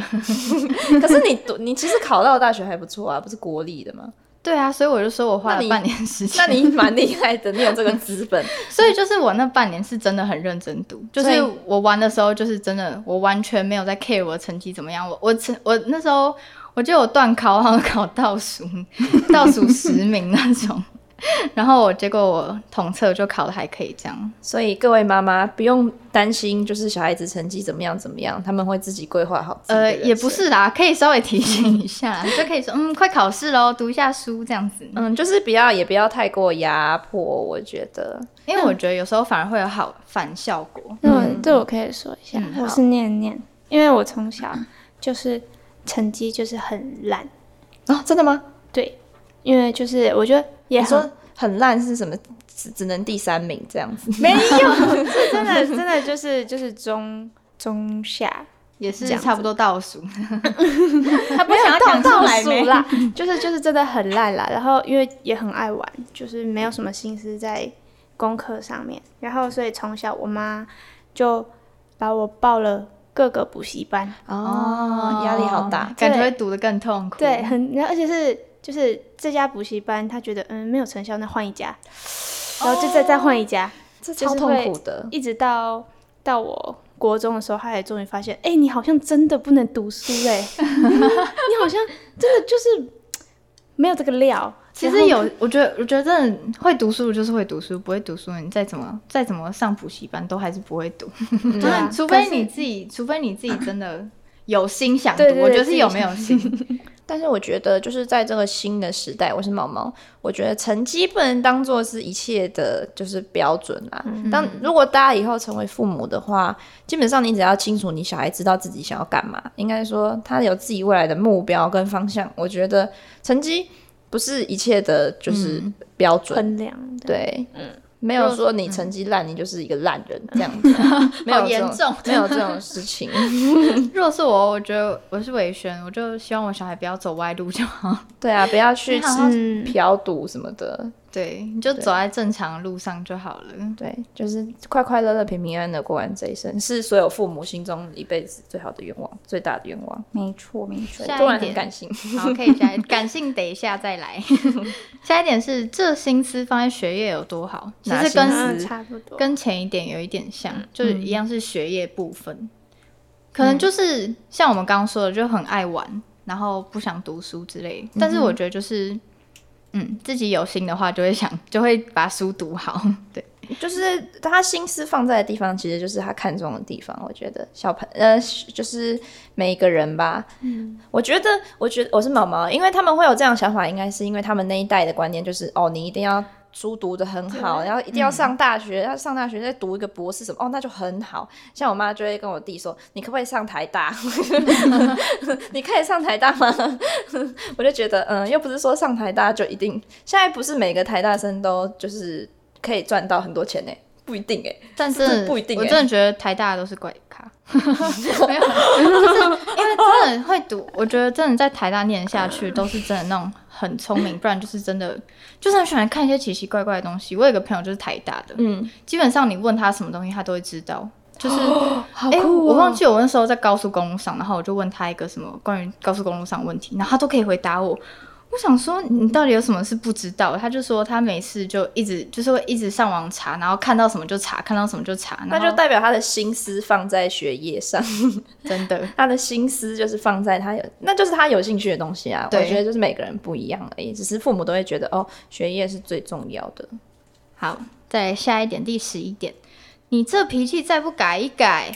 Speaker 1: 可是你读你其实考到的大学还不错啊，不是国立的吗？
Speaker 2: 对啊，所以我就说我花
Speaker 1: 那
Speaker 2: 了
Speaker 1: 你
Speaker 2: 半年时间。
Speaker 1: 那你蛮厉害的，你有这个资本。
Speaker 2: 所以就是我那半年是真的很认真读，就
Speaker 1: 所以
Speaker 2: 是我玩的时候就是真的，我完全没有在 care 我的成绩怎么样。我我成我那时候我记得我断考，好像考倒数 倒数十名那种。然后我结果我统测就考的还可以这样，
Speaker 1: 所以各位妈妈不用担心，就是小孩子成绩怎么样怎么样，他们会自己规划好自己的
Speaker 2: 呃，
Speaker 1: 人生
Speaker 2: 也不，是啦，可以稍微提醒一下，就可以说，嗯，快考试喽，读一下书这样子。
Speaker 1: 嗯，就是不要也不要太过压迫，我觉得。
Speaker 2: 因为我觉得有时候反而会有好反效果。
Speaker 4: 那
Speaker 1: 嗯
Speaker 4: 我这我可以说一下，
Speaker 2: 嗯
Speaker 4: 我是念念，因为我从小就是成绩就是很烂，
Speaker 1: 哦，真的吗？
Speaker 4: 对，因为就是我觉得也
Speaker 1: 你
Speaker 4: 很
Speaker 1: 说很烂是什么？只只能第三名这样子，
Speaker 4: 没有，是真的真的就是就是中中下，
Speaker 2: 也是差不多倒数，
Speaker 3: 他不想要讲出
Speaker 4: 倒
Speaker 3: 来
Speaker 4: 数
Speaker 3: 没？
Speaker 4: 啦，就是就是真的很烂啦。然后因为也很爱玩，就是没有什么心思在功课上面。然后所以从小我妈就把我报了各个补习班，
Speaker 1: 哦压力好大，
Speaker 2: 感觉会读得更痛苦。
Speaker 4: 对，，很，然后而且是就是这家补习班，他觉得嗯没有成效，那换一家，然后就再、再换一家，
Speaker 1: 这
Speaker 4: 就
Speaker 1: 超
Speaker 4: 是
Speaker 1: 痛
Speaker 4: 会
Speaker 1: 苦的。
Speaker 4: 一直到到我国中的时候，他也终于发现，哎、你好像真的不能读书哎、你好像真的就是没有这个料。
Speaker 2: 其实有，我觉得，我觉得真的会读书就是会读书，不会读书你再怎么再怎么上补习班都还是不会读，
Speaker 4: 对啊
Speaker 2: 除
Speaker 4: 可
Speaker 2: 非
Speaker 4: 是
Speaker 2: 你自己，除非你自己真的有心想读
Speaker 4: 对对，对
Speaker 2: 我觉得是有没有心，
Speaker 1: 但是我觉得，就是在这个新的时代，我是毛毛，我觉得成绩不能当做是一切的，就是标准啦。
Speaker 2: 嗯
Speaker 1: 当如果大家以后成为父母的话，基本上你只要清楚你小孩知道自己想要干嘛，应该说他有自己未来的目标跟方向。我觉得成绩不是一切的，就是
Speaker 2: 嗯
Speaker 1: 标准。
Speaker 4: 衡量的，
Speaker 1: 对，嗯，没有说你成绩烂，你就是一个烂 人这样子，没有
Speaker 2: 好
Speaker 1: 这
Speaker 2: 严
Speaker 1: 种
Speaker 2: 重。
Speaker 1: 没有这种事情。
Speaker 2: 如果是我，我觉得我是伟轩，我就希望我小孩不要走歪路就好。
Speaker 1: 对啊，不要去
Speaker 2: 你好好
Speaker 4: 嗯
Speaker 1: 吃嫖赌什么的，
Speaker 2: 对，你就走在正常的路上就好了。
Speaker 1: 对，就是快快乐乐、平平安安的过完这一生，是所有父母心中一辈子最好的愿望、最大的愿望。
Speaker 3: 没错，没错
Speaker 1: 对
Speaker 2: 下一
Speaker 1: 突然很
Speaker 2: 点
Speaker 1: 感性，
Speaker 2: 好，可以下一感性等一下再 来。下一点是这心思放在学业有多好，其
Speaker 1: 哪
Speaker 2: 实
Speaker 1: 心
Speaker 2: 跟
Speaker 1: 思嗯
Speaker 4: 嗯，差不多。
Speaker 2: 跟前一点有一点像，就是一样是学业部分，可能就是像我们刚刚说的，就很爱玩，然后不想读书之
Speaker 1: 嗯
Speaker 2: 类。但是我觉得就是，嗯，自己有心的话，就会想，就会把书读好。对，
Speaker 1: 就是他心思放在的地方，其实就是他看中的地方。我觉得小朋呃，就是每一个人吧，嗯，我觉得，我觉得我是毛毛，因为他们会有这样的想法，应该是因为他们那一代的观念就是，哦，你一定要。书读得很好，然后一定要上大学，要上大学再读一个博士什么，哦，那就很好。像我妈就会跟我弟说：“你可不可以上台大？ 你可以上台大吗？” 我就觉得，嗯，又不是说上台大就一定，现在不是每个台大生都就是可以赚到很多钱呢、不一定哎、
Speaker 2: 但
Speaker 1: 是
Speaker 2: 是
Speaker 1: 不一定
Speaker 2: 我
Speaker 1: 欸
Speaker 2: 真的觉得台大都是怪咖，没有，就是因为真的会读，我觉得真的在台大念下去都是真的那种很聪明，不然就是真的就是很喜欢看一些奇奇怪怪的东西。我有个朋友就是台大的，
Speaker 1: 嗯，
Speaker 2: 基本上你问他什么东西，他都会知道。就是，
Speaker 1: 哦好
Speaker 2: 哎、我忘记我那时候在高速公路上，然后我就问他一个什么关于高速公路上的问题，然后他都可以回答我。我想说，你到底有什么是不知道的？他就说他没事就一直就是会一直上网查，然后看到什么就查，看到什么就查，
Speaker 1: 那
Speaker 2: 然
Speaker 1: 就
Speaker 2: 后
Speaker 1: 代表他的心思放在学业上，
Speaker 2: 真的
Speaker 1: 他的心思就是放在他有，那就是他有兴趣的东西啊。我
Speaker 2: 对
Speaker 1: 觉得就是每个人不一样而已，只是父母都会觉得哦，学业是最重要的。
Speaker 2: 好。再来下一点，第十一点，你这脾气再不改一改，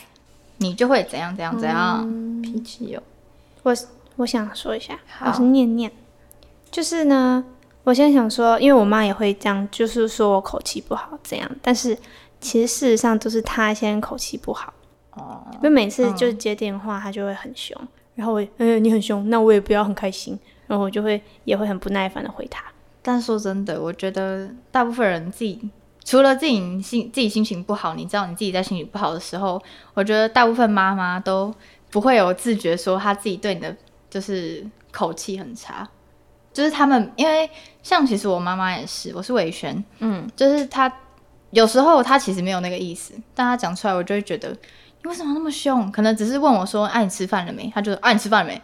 Speaker 2: 你就会怎样怎样怎样。
Speaker 1: 嗯脾气哦，
Speaker 4: 我想说一下，
Speaker 1: 好
Speaker 4: 我是念念，就是呢，我现在想说，因为我妈也会这样，就是说我口气不好这样，但是其实事实上都是她先口气不好，哦，因为每次就是接电话，她就会很凶，然后我，嗯、你很凶，那我也不要很开心，然后我就会也会很不耐烦的回她，
Speaker 2: 但说真的，我觉得大部分人自己除了自己心自己心情不好，你知道你自己在心情不好的时候，我觉得大部分妈妈都不会有自觉说她自己对你的就是口气很差，就是他们因为像其实我妈妈也是，我是伟轩，嗯，就是她有时候她其实没有那个意思，但她讲出来我就会觉得你为什么那么凶？可能只是问我说，哎、你吃饭了没？她就说，哎、你吃饭了没？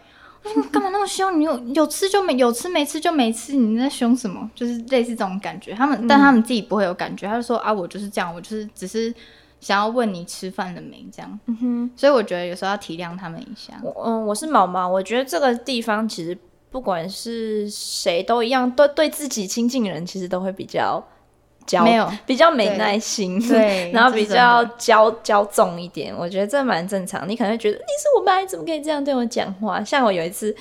Speaker 2: 干嘛那么凶？你有有吃就没有吃，没吃就没吃，你在凶什么？就是类似这种感觉。他们、但他们自己不会有感觉，他就说啊，我就是这样，我就是只是想要问你吃饭了没这样。嗯哼，所以我觉得有时候要体谅他们一下。
Speaker 1: 我嗯，我是毛毛，我觉得这个地方其实不管是谁都一样，对对自己亲近的人其实都会比较焦，
Speaker 2: 没有
Speaker 1: 比较没
Speaker 2: 对
Speaker 1: 耐心，
Speaker 2: 对
Speaker 1: 然后
Speaker 2: 这
Speaker 1: 比
Speaker 2: 是真
Speaker 1: 较
Speaker 2: 的
Speaker 1: 骄骄纵一点，我觉得这蛮正常。你可能会觉得你是我妈，你怎么可以这样对我讲话？像我有一次，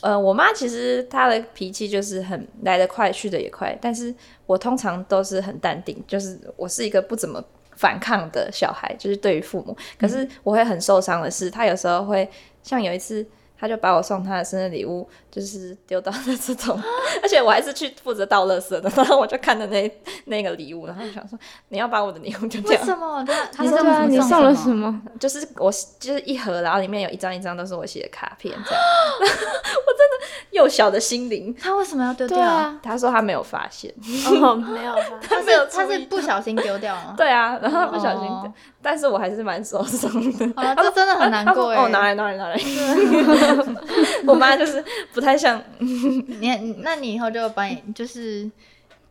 Speaker 1: 呃，我妈其实她的脾气就是很来得快，去得也快，但是我通常都是很淡定，就是我是一个不怎么反抗的小孩，就是对于父母。可
Speaker 2: 嗯
Speaker 1: 是我会很受伤的是，她有时候会像有一次。她就把我送她的生日礼物，就是丢到垃圾桶， 而且我还是去负责倒垃圾的。然后我就看着那那个礼物，然后我想说，你要把我的礼物丢
Speaker 2: 为
Speaker 1: 掉？
Speaker 2: 什么？他他
Speaker 3: 你
Speaker 2: 送
Speaker 3: 对啊，你送了什？么？
Speaker 1: 就是我就是一盒，然后里面有一张一张都是我写的卡片，这样。 我真的幼小的心灵，
Speaker 2: 他为什么要丢掉？
Speaker 4: 对啊，
Speaker 1: 他说他没有发现，
Speaker 4: 哦，没有吧，
Speaker 1: 他没
Speaker 2: 是
Speaker 1: 有注
Speaker 2: 他是
Speaker 1: 意
Speaker 2: 不小心丢掉吗？
Speaker 1: 对啊，然后他不小心，
Speaker 2: 哦
Speaker 1: 但是我还是蛮受伤的。
Speaker 2: 好了，这真的很难
Speaker 1: 他说
Speaker 2: 过哎、
Speaker 1: 哦，拿来拿来拿 来。我妈就是不太像，
Speaker 2: 你你那你以后就把你就是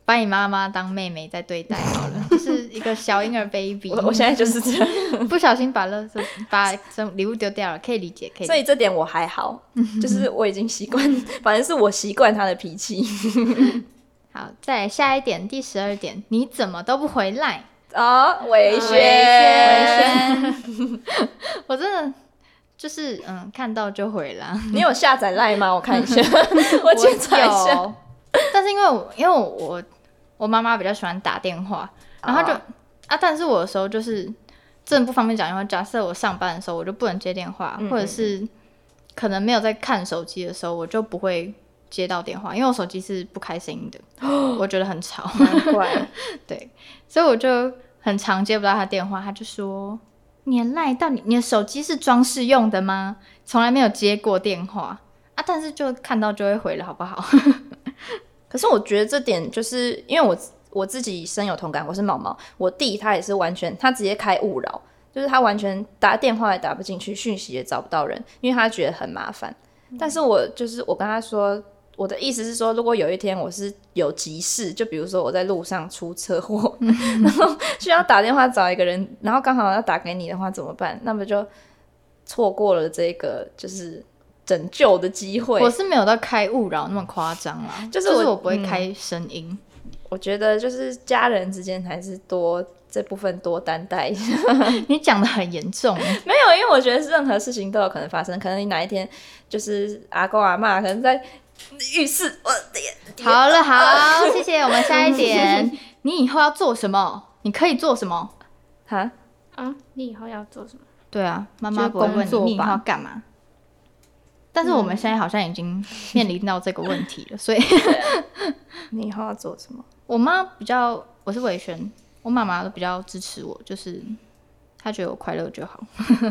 Speaker 2: 把你妈妈当妹妹在对待好了，就是一个小婴儿 baby。
Speaker 1: 我我现在就是这样，
Speaker 2: 不小心把垃圾把生礼物丢掉了，可以理解，可以理
Speaker 1: 所
Speaker 2: 解。
Speaker 1: 以这点我还好，就是我已经习惯， 反正是我习惯她的脾气。
Speaker 2: 好，再来下一点，第十二点，你怎么都不回来？
Speaker 1: 啊，伟轩，
Speaker 2: 我真的就是嗯，看到就回啦。
Speaker 1: 你有下载赖吗？我看一下，我 检查一下。
Speaker 2: 有， 但是因为我因为我我妈妈比较喜欢打电话，然后就、
Speaker 1: 哦
Speaker 2: 啊，但是我有时候就是真的不方便讲电话。假设我上班的时候，我就不能接电话，
Speaker 1: 嗯
Speaker 2: 或者是可能没有在看手机的时候，我就不会接到电话，因为我手机是不开声音的，我觉得很吵。
Speaker 1: 难怪，
Speaker 2: 对，所以我就很常接不到他电话，他就说：“你的赖到底你的手机是装饰用的吗？从来没有接过电话啊，但是就看到就会回了，好不 好？”
Speaker 1: 可是我觉得这点就是因为我我自己深有同感，我是毛毛，我弟他也是完全他直接开勿扰，就是他完全打电话也打不进去，讯息也找不到人，因为他觉得很麻烦。但是我就是我跟他说。我的意思是说，如果有一天我是有急事，就比如说我在路上出车祸，然后需要打电话找一个人，然后刚好要打给你的话怎么办？那么就错过了这个就是拯救的机会。
Speaker 2: 我是没有到开勿扰那么夸张啦，
Speaker 1: 就是
Speaker 2: 我
Speaker 1: 我
Speaker 2: 不会开声音。
Speaker 1: 我觉得就是家人之间还是多这部分多担待一下。
Speaker 2: 你讲的很严 重欸，
Speaker 1: 没有，因为我觉得任何事情都有可能发生，可能你哪一天就是阿公阿妈可能在浴室，我的眼
Speaker 2: 好了好，谢谢。我们下一 点，你以后要做什么？你可以做什么？
Speaker 1: 哈，
Speaker 4: 啊，你以后要做 什么？
Speaker 2: 对啊，妈妈
Speaker 1: 就
Speaker 2: 不会问
Speaker 1: 工
Speaker 2: 你
Speaker 1: 作
Speaker 2: 你以后
Speaker 1: 吧
Speaker 2: 要干嘛。但是我们现在好像已经面临到这个问题了，所以
Speaker 1: 你以后要做什么？
Speaker 2: 我妈比较，我是伟轩，我妈妈都比较支持我，就是她觉得我快乐就好。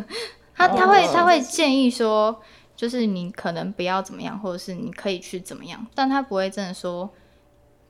Speaker 2: 她
Speaker 3: 哦
Speaker 2: 她会她会建议说，就是你可能不要怎么样，或者是你可以去怎么样，但她不会真的说，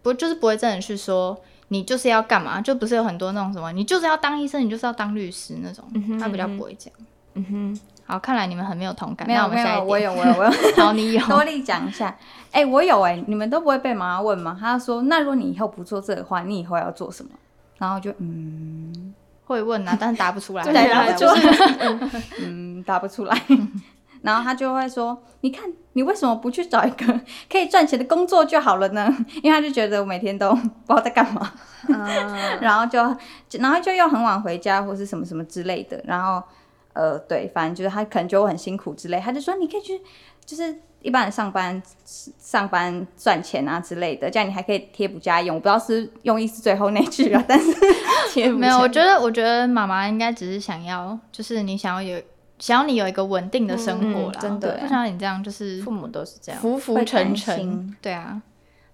Speaker 2: 不就是不会真的去说你就是要干嘛，就不
Speaker 3: 嗯
Speaker 2: 是有很多那种什么，你就是要当医生，你就是要当律师那种，她比较不会这样。
Speaker 1: 嗯哼，
Speaker 2: 好，看来你们很没有同感。
Speaker 3: 没有
Speaker 2: 那我
Speaker 3: 没
Speaker 2: 们下一
Speaker 3: 有，
Speaker 2: 点
Speaker 3: 我有我有我有。
Speaker 2: 好，你有。
Speaker 3: 多力讲一下，哎、我有哎、你们都不会被妈妈问吗？她说，那如果你以后不做这个话，你以后要做什么？然后就嗯
Speaker 2: 会问啊，但是答不出 来。
Speaker 3: 对答不出
Speaker 2: 来。
Speaker 3: 嗯答不出来， 然后她就会说，你看你为什么不去找一个可以赚钱的工作就好了呢？ 因为她就觉得我每天都不知道在干嘛， 然后就然后就又很晚回家或是什么什么之类的，然后呃对，反正就是她可能觉得我很辛苦之类，她就说你可以去就是一般人上班上班赚钱啊之类的，这样你还可以贴补家用。我不知道是用意是最后那句啊， 但是贴补
Speaker 2: 没有，我
Speaker 3: 家
Speaker 2: 觉得，我觉得妈妈应该只是想要，就是你想要有，想要你有一个稳定的生活啦，
Speaker 1: 嗯嗯真的
Speaker 2: 对不想要你这样就是
Speaker 1: 父母都是这样。
Speaker 2: 浮浮
Speaker 3: 会
Speaker 2: 沉
Speaker 3: 担心
Speaker 2: 沉。对啊。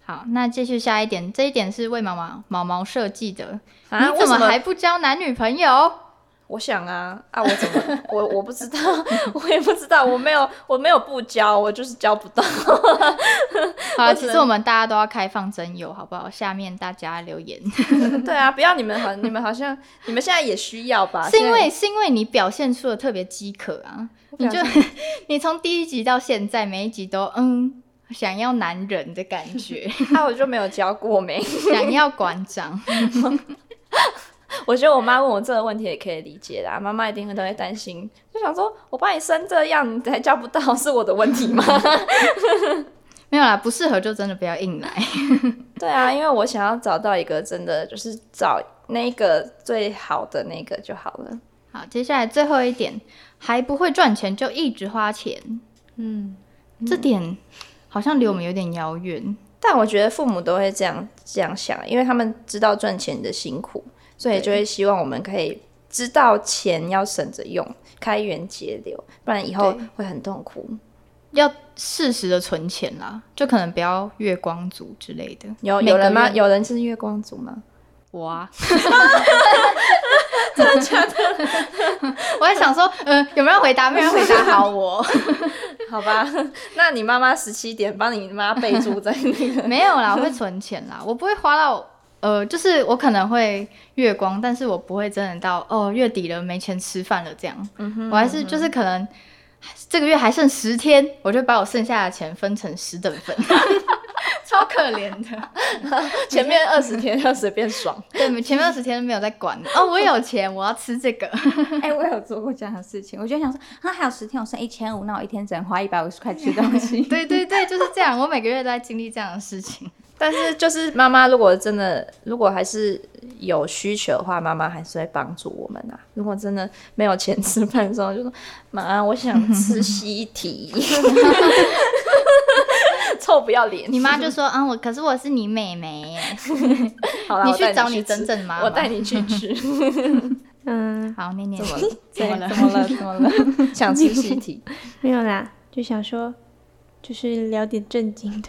Speaker 2: 好，那继续下一点，这一点是为毛毛毛毛设计的。
Speaker 1: 啊
Speaker 2: 你怎
Speaker 1: 为什么
Speaker 2: 还不交男女朋友？
Speaker 1: 我想啊啊，我怎么我我不知道， 我也不知道，我没有我没有不教，我就是教不到。
Speaker 2: 好啊，
Speaker 1: 我只
Speaker 2: 其
Speaker 1: 能
Speaker 2: 实我们大家都要开放真友，好不好？下面大家留言，
Speaker 1: 对啊，不要你们好，你们好像你们现在也需要吧？
Speaker 2: 是因
Speaker 1: 现在
Speaker 2: 为是因为你表现出的特别饥渴啊，你就 你从第一集到现在每一集都嗯想要男人的感觉，
Speaker 1: 啊，我就没有教过没。
Speaker 2: 想要馆长，
Speaker 1: 我觉得我妈问我这个问题也可以理解啦，妈妈一定都会担心，就想说我把你生这样，你还教不到，是我的问题吗？
Speaker 2: 没有啦，不适合就真的不要硬来。
Speaker 1: 对啊，因为我想要找到一个真的就是找那个最好的那个就好了。
Speaker 2: 好，接下来最后一点，还不会赚钱就一直花钱，
Speaker 4: 嗯，
Speaker 2: 这点好像离我们有点遥远。
Speaker 1: 但我觉得父母都会这样这样想，因为他们知道赚钱的辛苦，所以就会希望我们可以知道钱要省着用，开源节流，不然以后
Speaker 2: 对
Speaker 1: 会很痛苦。
Speaker 2: 要适时的存钱啦，就可能不要月光族之类的。
Speaker 1: 有
Speaker 2: 每个
Speaker 1: 有人吗？
Speaker 2: 月？
Speaker 1: 有人是月光族吗？
Speaker 2: 我啊， 真的 假的？我还想说，嗯、有没有人回答？没有人回答，好我。
Speaker 1: 好吧，那你妈妈十七点帮你妈备注在那个
Speaker 2: 没有啦，我会存钱啦，我不会花到呃，就是我可能会月光，但是我不会真的到哦月底了没钱吃饭了这样。
Speaker 1: 嗯
Speaker 2: 我还是就是可能这个月还剩十天，我就把我剩下的钱分成十等份， 超可怜的。
Speaker 1: 前面二十天要随便爽。
Speaker 2: 对，前面二十天没有在管的哦，我有钱，我要吃这个。
Speaker 3: 哎、我有做过这样的事情，我就想说，啊，还有十天，我剩一千五，那我一天只能花一百五十块吃东西。
Speaker 2: 对对对，就是这样。我每个月都在经历这样的事情。
Speaker 1: 但是就是 妈妈如果真的如果还是有需求的话，妈妈还是会帮助我们啊。如果真的没有钱吃饭的时候，就说妈，我想吃西提， 臭不要脸。
Speaker 2: 你妈就说：“嗯，我可是我是你妹妹 耶，
Speaker 1: 好啦，
Speaker 2: 你
Speaker 1: 啊我带
Speaker 2: 去
Speaker 1: 去
Speaker 2: 找你
Speaker 1: 吃
Speaker 2: 真正妈妈
Speaker 1: 我带你去 吃。
Speaker 4: 嗯，
Speaker 2: 好，念念
Speaker 1: 怎么 了？
Speaker 2: 怎么了
Speaker 1: 怎么了？怎么 了？想吃西提？
Speaker 4: 没有啦，就想说，就是聊点正经的。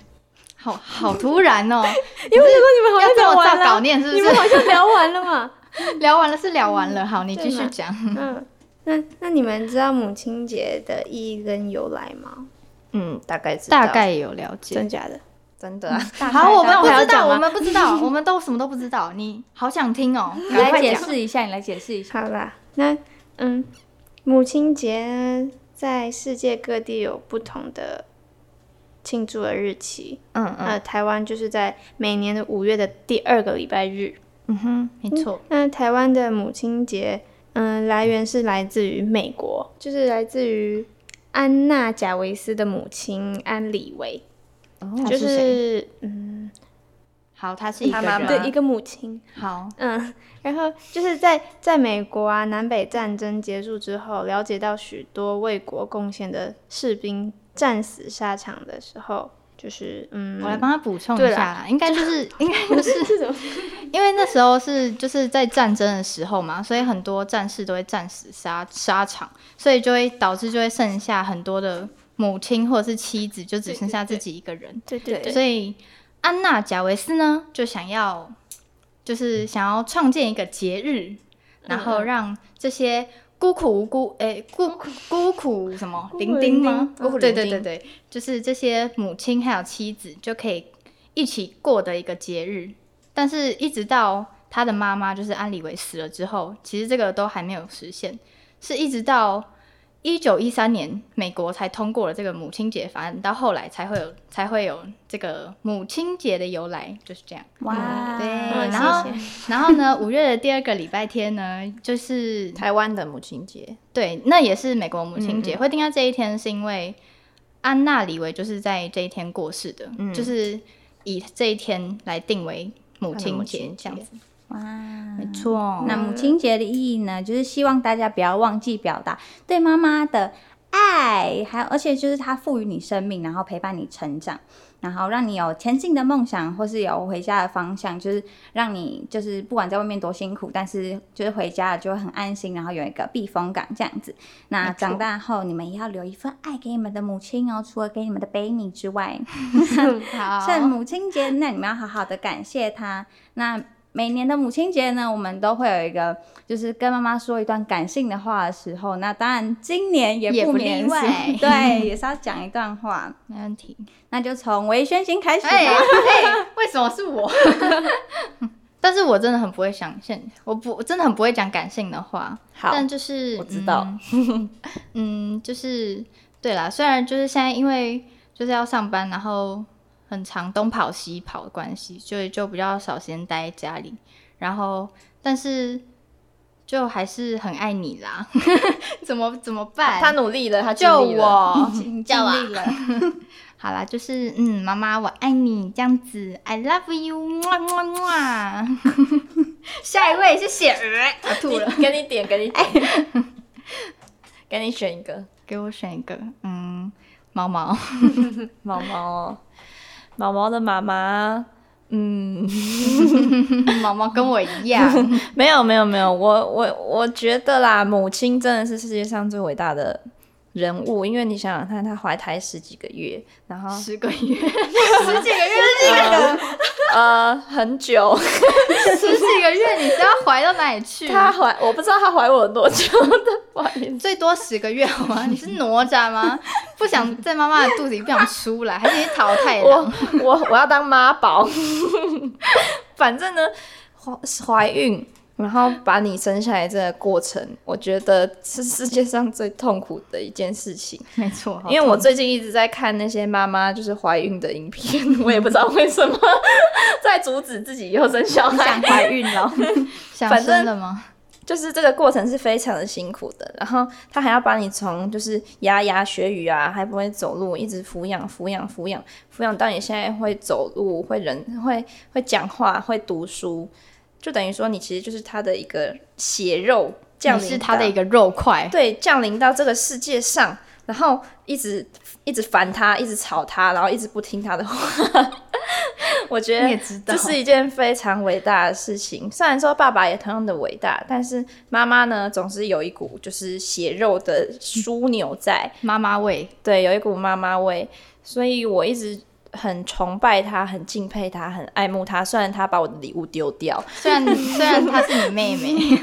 Speaker 2: 好好突然 哦，
Speaker 4: 因为我想说你们好
Speaker 2: 要
Speaker 4: 像
Speaker 2: 这
Speaker 4: 聊
Speaker 2: 么
Speaker 4: 完
Speaker 2: 照稿
Speaker 4: 了，
Speaker 2: 念是不
Speaker 4: 你们好
Speaker 2: 是？
Speaker 4: 像聊完了嘛？
Speaker 2: 聊完了是聊完了，好，你继续讲。
Speaker 4: 嗯，那那你们知道母亲节的意义跟由来吗？
Speaker 1: 嗯，大概知道
Speaker 2: 大概有了解
Speaker 4: 真。假的？
Speaker 1: 真的啊。
Speaker 2: 好，我们
Speaker 3: 大
Speaker 2: 不
Speaker 3: 概
Speaker 2: 知
Speaker 4: 讲
Speaker 2: 道，
Speaker 4: 吗
Speaker 2: 我们不知 道，我们都什么都不知道。你好想听哦，
Speaker 3: 你
Speaker 2: 赶
Speaker 3: 来
Speaker 2: 快
Speaker 3: 解
Speaker 2: 讲。
Speaker 3: 释一下，你来解释一下。
Speaker 4: 好啦，那嗯，母亲节呢，在世界各地有不同的庆祝的日期。
Speaker 1: 嗯
Speaker 4: 那、台湾就是在每年的五月的第二个礼拜日。
Speaker 2: 嗯哼，没错。
Speaker 4: 那台湾的母亲节，嗯、来源是来自于美国，就是来自于安娜贾维斯的母亲安李维，
Speaker 2: 她
Speaker 4: 就是
Speaker 2: 谁
Speaker 4: 是嗯，
Speaker 2: 好，她是一个
Speaker 1: 她妈妈
Speaker 4: 对，一
Speaker 2: 人。
Speaker 4: 个母亲。
Speaker 2: 好，
Speaker 4: 嗯，然后就是在在美国啊，南北战争结束之后，了解到许多为国贡献的士兵战死沙场的时候，就是嗯，
Speaker 2: 我来帮她补充
Speaker 4: 对
Speaker 2: 一
Speaker 4: 啦
Speaker 2: 下啦，应该就是应该就是
Speaker 4: 这种
Speaker 2: 因为那时候是就是在战争的时候嘛，所以很多战士都会战死沙沙场，所以就会导致就会剩下很多的母亲或者是妻子，就只剩下自己一个人。
Speaker 4: 对对对，
Speaker 2: 所以安娜贾维斯呢，就想要就是想要创建一个节日，
Speaker 1: 嗯
Speaker 2: 然后让这些孤苦无辜，哎、孤孤苦什么伶仃吗？
Speaker 1: 孤苦
Speaker 2: 对
Speaker 1: 伶仃
Speaker 2: 对对对，就是这些母亲还有妻子就可以一起过的一个节日。但是，一直到他的妈妈就是安理维死了之后，其实这个都还没有实现，是一直到一九一三年美国才通过了这个母亲节法案，到后来才会有才会有这个母亲节的由来，就是这样。
Speaker 3: 哇，
Speaker 2: 对，
Speaker 4: 嗯
Speaker 2: 然后
Speaker 4: 谢谢
Speaker 2: 然后呢，五月的第二个礼拜天呢，就是
Speaker 1: 台湾的母亲节，
Speaker 2: 对，那也是美国母亲节、
Speaker 1: 嗯
Speaker 2: 会定在这一天，是因为安娜里维就是在这一天过世的，
Speaker 1: 嗯
Speaker 2: 就是以这一天来定为母亲
Speaker 1: 她的
Speaker 2: 节
Speaker 1: 母亲节
Speaker 2: 这样子。
Speaker 3: 哇，
Speaker 2: 没
Speaker 1: 哦
Speaker 2: 错
Speaker 3: 那母亲节的意义呢，就是希望大家不要忘记表达对妈妈的爱，还有而且就是它赋予你生命，然后陪伴你成长，然后让你有前进的梦想，或是有回家的方向，就是让你就是不管在外面多辛苦，但是就是回家了就会很安心，然后有一个避风港这样子。那长大后你们也要留一份爱给你们的母亲哦，除了给你们的 baby 之外，
Speaker 2: 好，
Speaker 3: 趁母亲节，那你们要好好的感谢她。那每年的母亲节呢，我们都会有一个，就是跟妈妈说一段感性的话的时候。那当然，今年也
Speaker 2: 也不
Speaker 3: 免
Speaker 2: 例外
Speaker 3: 俗对，也是要讲一段话。
Speaker 2: 没问题。
Speaker 3: 那就从维宣先开始吧。
Speaker 2: 哎哎，为什么是我？ 但是我真的很不会想现，我不我真的很不会讲感性的话。
Speaker 1: 好
Speaker 2: 但就是
Speaker 1: 我知道
Speaker 2: 嗯，嗯，就是对啦。虽然就是现在因为就是要上班，然后很常东跑西跑的关系，所以就比较少时间待在家里。然后，但是就还是很爱你啦。 怎么怎么办？
Speaker 1: 他努力了，他
Speaker 2: 救
Speaker 1: 尽力了，
Speaker 2: 我！
Speaker 3: 你尽
Speaker 2: 叫啊
Speaker 3: 力了，
Speaker 2: 好啦，就是嗯，妈妈我爱你这样子，I love you，么么么。下一位谢谢，我吐了，
Speaker 1: 你给你点，给你点， 给你选一个
Speaker 2: 给我选一个，嗯，毛毛，
Speaker 1: 毛毛哦，毛毛的妈妈，嗯，
Speaker 2: 毛毛跟我一 样，
Speaker 1: 没有没有没有，我我我觉得啦，母亲真的是世界上最伟大的人物，因为你想想看，她怀胎十几个月，然后
Speaker 2: 十个 月，
Speaker 1: 十几个月，十几个月，呃，很久，
Speaker 2: 十几个月，你是要怀到哪里去？
Speaker 1: 她怀我不知道她怀我多久的，不好意思，
Speaker 2: 最多十个月好吗？你是哪吒吗？不想在妈妈的肚子里不想出来，还是你淘汰
Speaker 1: 我
Speaker 2: 了？
Speaker 1: 我 我要当妈宝， 反正呢，怀怀孕。然后把你生下来这个过程，我觉得是世界上最痛苦的一件事情。
Speaker 2: 没错，
Speaker 1: 因为我最近一直在看那些妈妈就是怀孕的影片，我也不知道为什么 在阻止自己以后生小
Speaker 3: 不想
Speaker 1: 孩。
Speaker 3: 怀孕了。
Speaker 2: 想
Speaker 1: 反正
Speaker 2: 生了吗？
Speaker 1: 就是这个过程是非常的辛苦的，然后他还要把你从就是牙牙学语啊，还不会走路，一直抚养抚养抚养抚养到你现在会走路、会人、会会讲话、会读书，就等于说你其实就是他的一个血肉降
Speaker 2: 你
Speaker 1: 临
Speaker 2: 是
Speaker 1: 到
Speaker 2: 他的一个肉块，
Speaker 1: 对，降临到这个世界上，然后一直一直烦他，一直吵他，然后一直不听他的话。我觉
Speaker 2: 你也
Speaker 1: 得
Speaker 2: 知道
Speaker 1: 这是一件非常伟大的事情。虽然说爸爸也同样的伟大，但是妈妈呢，总是有一股就是血肉的枢纽在，
Speaker 2: 妈妈味。
Speaker 1: 对，有一股妈妈味，所以我一直。很崇拜她，很敬佩她，很爱慕她。虽然她把我的礼物丢掉，
Speaker 2: 虽然虽然她是你妹妹，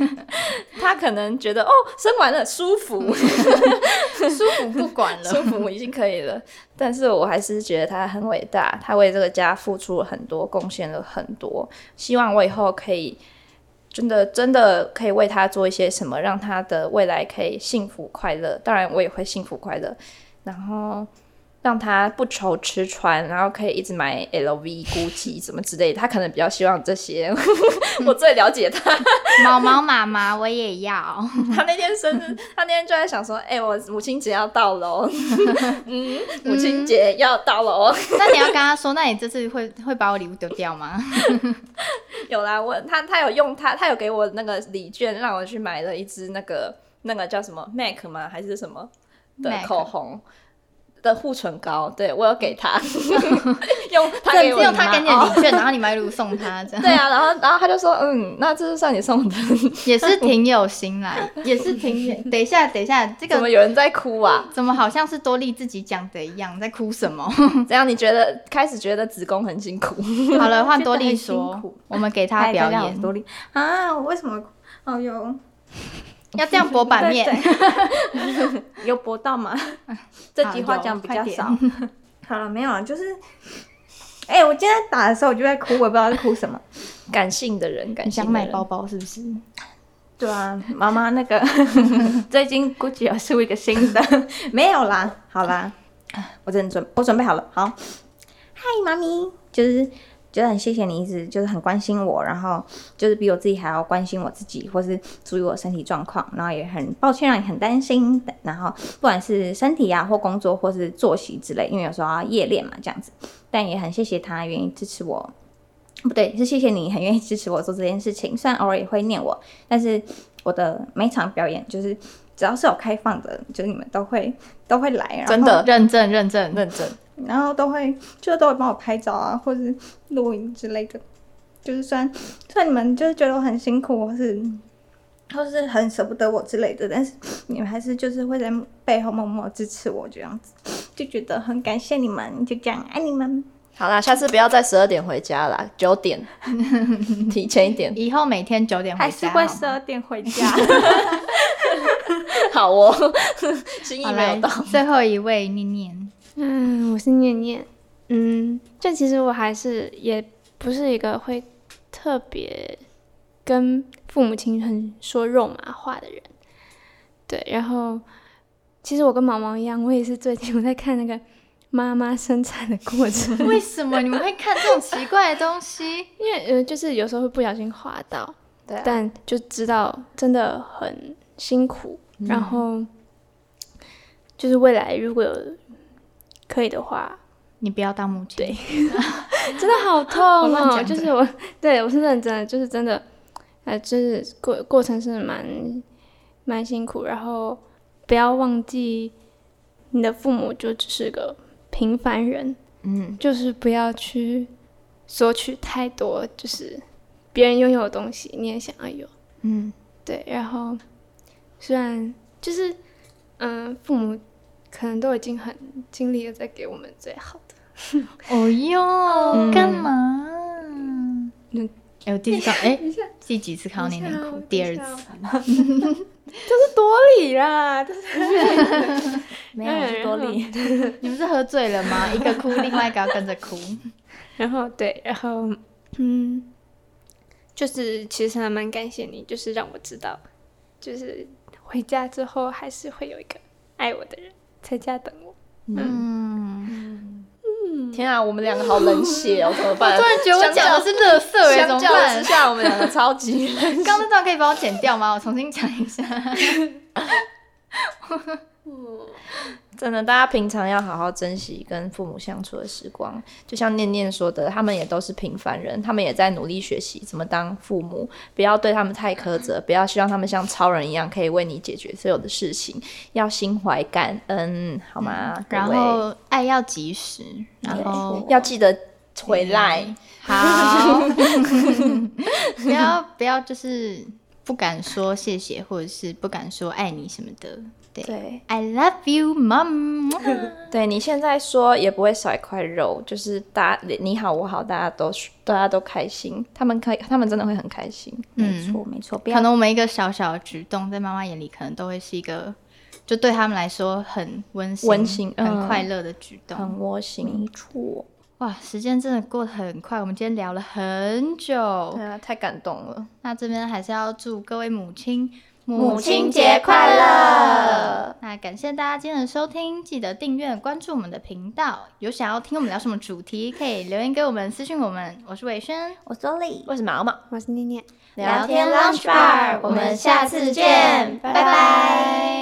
Speaker 1: 她可能觉得哦，生完了舒服，
Speaker 2: 舒服不管了。
Speaker 1: 舒服已经可以了，但是我还是觉得他很伟大，他为这个家付出了很多，贡献了很多。希望我以后可以真的真的可以为他做一些什么，让他的未来可以幸福快乐。当然，我也会幸福快乐，然后让他不愁吃穿，然后可以一直买 LV、GUCCI 什么之类的。他可能比较希望这些， 我最了解他。
Speaker 2: 毛毛妈妈，我也要。
Speaker 1: 他那天生日，他那天就在想说：“哎、我母亲节要到了 哦，嗯，母亲节要到了哦。
Speaker 2: 那你要跟他说，那你这次会会把我礼物丢掉吗？
Speaker 1: 有啦，我他他有用他他有给我那个礼券，让我去买了一支那个那个叫什么 MAC 吗？还是什么的
Speaker 2: MAC
Speaker 1: 口红的护唇膏？对我有给他， 用他给我
Speaker 2: 嗯用他给你的
Speaker 1: 礼。
Speaker 2: 礼券，然后你买礼物送他，这样
Speaker 1: 对啊，然后然后他就说，嗯，那这是算你送的。
Speaker 2: 也是挺有心啦，也是挺……等一下，等一下，这
Speaker 1: 怎么
Speaker 2: 个
Speaker 1: 有人在哭啊？
Speaker 2: 怎么好像是多利自己讲的一样，在哭什 么？
Speaker 1: 怎样？你觉得开始觉得子宫很辛苦？哎
Speaker 2: 好了，换多
Speaker 3: 觉得
Speaker 2: 利
Speaker 3: 很辛
Speaker 2: 说
Speaker 3: 苦，
Speaker 2: 我们给他
Speaker 3: 嗨大
Speaker 2: 表
Speaker 3: 家好我
Speaker 2: 演
Speaker 3: 是，多莉啊，我为什么？哦有
Speaker 2: 要这样博版面。
Speaker 3: 有播到吗？ 这
Speaker 2: 好
Speaker 3: 句话
Speaker 2: 有
Speaker 3: 讲比
Speaker 2: 快
Speaker 3: 较
Speaker 2: 点
Speaker 3: 少。 好了，没有啊，就是，哎、我今天打的时候我就在哭，我也不知道在哭什么。
Speaker 1: 感性的人，感
Speaker 2: 你
Speaker 1: 性
Speaker 2: 想
Speaker 1: 的
Speaker 2: 买
Speaker 1: 人
Speaker 2: 包包是不是？
Speaker 3: 对啊，妈妈那个最近 Gucci 有出一个新的， 没有啦，好啦，我真的准我准备好了，好，嗨，妈咪，就是觉得很谢谢你一直就是很关心我，然后就是比我自己还要关心我自己，或是注意我身体状况，然后也很抱歉让你很担心，然后不管是身体啊或工作或是作息之类，因为有时候要夜练嘛这样子，但也很谢谢他愿意支持我。不对，是谢谢你很愿意支持我做这件事情，虽然偶尔也会念我，但是我的每场表演就是只要是有开放的，就是你们都会都会来，然后
Speaker 1: 真的
Speaker 2: 认证认证，
Speaker 1: 认真，
Speaker 3: 然后都会就都会帮我拍照啊，或是录影之类的。就是虽然虽然你们就是觉得我很辛苦，或是或是很舍不得我之类的，但是你们还是就是会在背后默默支持我这样子，就觉得很感谢你们，就这样爱你们。
Speaker 1: 好啦，下次不要再十二点回家啦，九点，提前一点。
Speaker 2: 以后每天九点回家
Speaker 3: 还是会
Speaker 2: 好吗
Speaker 3: 十二点回 家，
Speaker 1: 好哦， 心意
Speaker 2: 好
Speaker 1: 没
Speaker 2: 来
Speaker 1: 有到。
Speaker 2: 最后一位念念，
Speaker 4: 嗯，我是念念。嗯，但其实我还是也不是一个会特别跟父母亲很说肉麻话的人。对，然后其实我跟毛毛一样，我也是最近我在看那个妈妈生产的过程，
Speaker 2: 为什么你们会看这种奇怪的东西？
Speaker 4: 因为呃，就是有时候会不小心滑到，
Speaker 1: 对啊
Speaker 4: 但就知道真的很辛苦，
Speaker 1: 嗯
Speaker 4: 然后就是未来如果有可以的话，
Speaker 2: 你不要当母亲，对，
Speaker 4: 真的好痛
Speaker 2: 我乱
Speaker 4: 哦！
Speaker 2: 讲的
Speaker 4: 就是我，对我是认真的，就是真的，呃，就是过过程是蛮蛮辛苦，然后不要忘记你的父母就只是个平凡人，
Speaker 1: 嗯，
Speaker 4: 就是不要去索取太多，就是别人拥有的东西你也想要有，
Speaker 1: 嗯，
Speaker 4: 对，然后虽然就是嗯、父母可能都已经很尽力的在给我们最好的，
Speaker 2: 哦哟，
Speaker 1: 嗯
Speaker 2: 干嘛？
Speaker 4: 嗯
Speaker 2: 哎，我第 一次看，哎，第几次看到念念哭？第二次，
Speaker 4: 多理啦，
Speaker 1: 没有是多利。
Speaker 2: 你们是喝醉了吗？一个哭，另外一个要跟着哭。
Speaker 4: 然后对，然后嗯，就是其实还蛮感谢你，就是让我知道，就是回家之后还是会有一个爱我的人在家等我。
Speaker 2: 嗯，
Speaker 1: 天啊，我们两个好冷血哦，怎么 办？
Speaker 2: 突然觉得我讲的是乐色哎，
Speaker 1: 相
Speaker 2: 怎
Speaker 1: 较
Speaker 2: 么
Speaker 1: 相较之
Speaker 2: 办？
Speaker 1: 下，我们两个超级冷血。
Speaker 2: 刚刚那段可以帮我剪掉吗？我重新讲一 下。
Speaker 1: 真的，大家平常要好好珍惜跟父母相处的时光。就像念念说的，他们也都是平凡人，他们也在努力学习怎么当父母，不要对他们太苛责，不要希望他们像超人一样可以为你解决所有的事情，要心怀感恩，好吗？各
Speaker 2: 然
Speaker 1: 位
Speaker 2: 后哦爱要及时，然后
Speaker 1: 要记得回来。
Speaker 2: 好，不要不要就是不敢说谢谢，或者是不敢说爱你什么的。对
Speaker 1: 对，
Speaker 2: i love you, mom。
Speaker 1: 对你现在说也不会少一块肉，就是大家你好我好，大家都大家都开心，他们可以，他们真的会很开心。
Speaker 2: 嗯
Speaker 3: 没错没错，不
Speaker 2: 可
Speaker 3: 要
Speaker 2: 能我们一个小小的举动，在妈妈眼里可能都会是一个，就对他们来说很温馨、
Speaker 1: 温馨嗯
Speaker 2: 很快乐的举动。
Speaker 1: 很窝心，
Speaker 3: 没错。
Speaker 2: 哇，时间真的过得很快，我们今天聊了很久。
Speaker 1: 对啊，太感动了。
Speaker 2: 那这边还是要祝各位母亲
Speaker 1: 母亲节快乐！
Speaker 2: 那感谢大家今天的收听，记得订阅关注我们的频道。有想要听我们聊什么主题，可以留言给我们，私信我们。我是伟轩，
Speaker 3: 我说嘞，
Speaker 1: 为什么嘛？
Speaker 4: 我是念念。
Speaker 1: 聊
Speaker 4: 啊
Speaker 1: 天 Lounge Bar，我们下次见，拜拜。
Speaker 2: 拜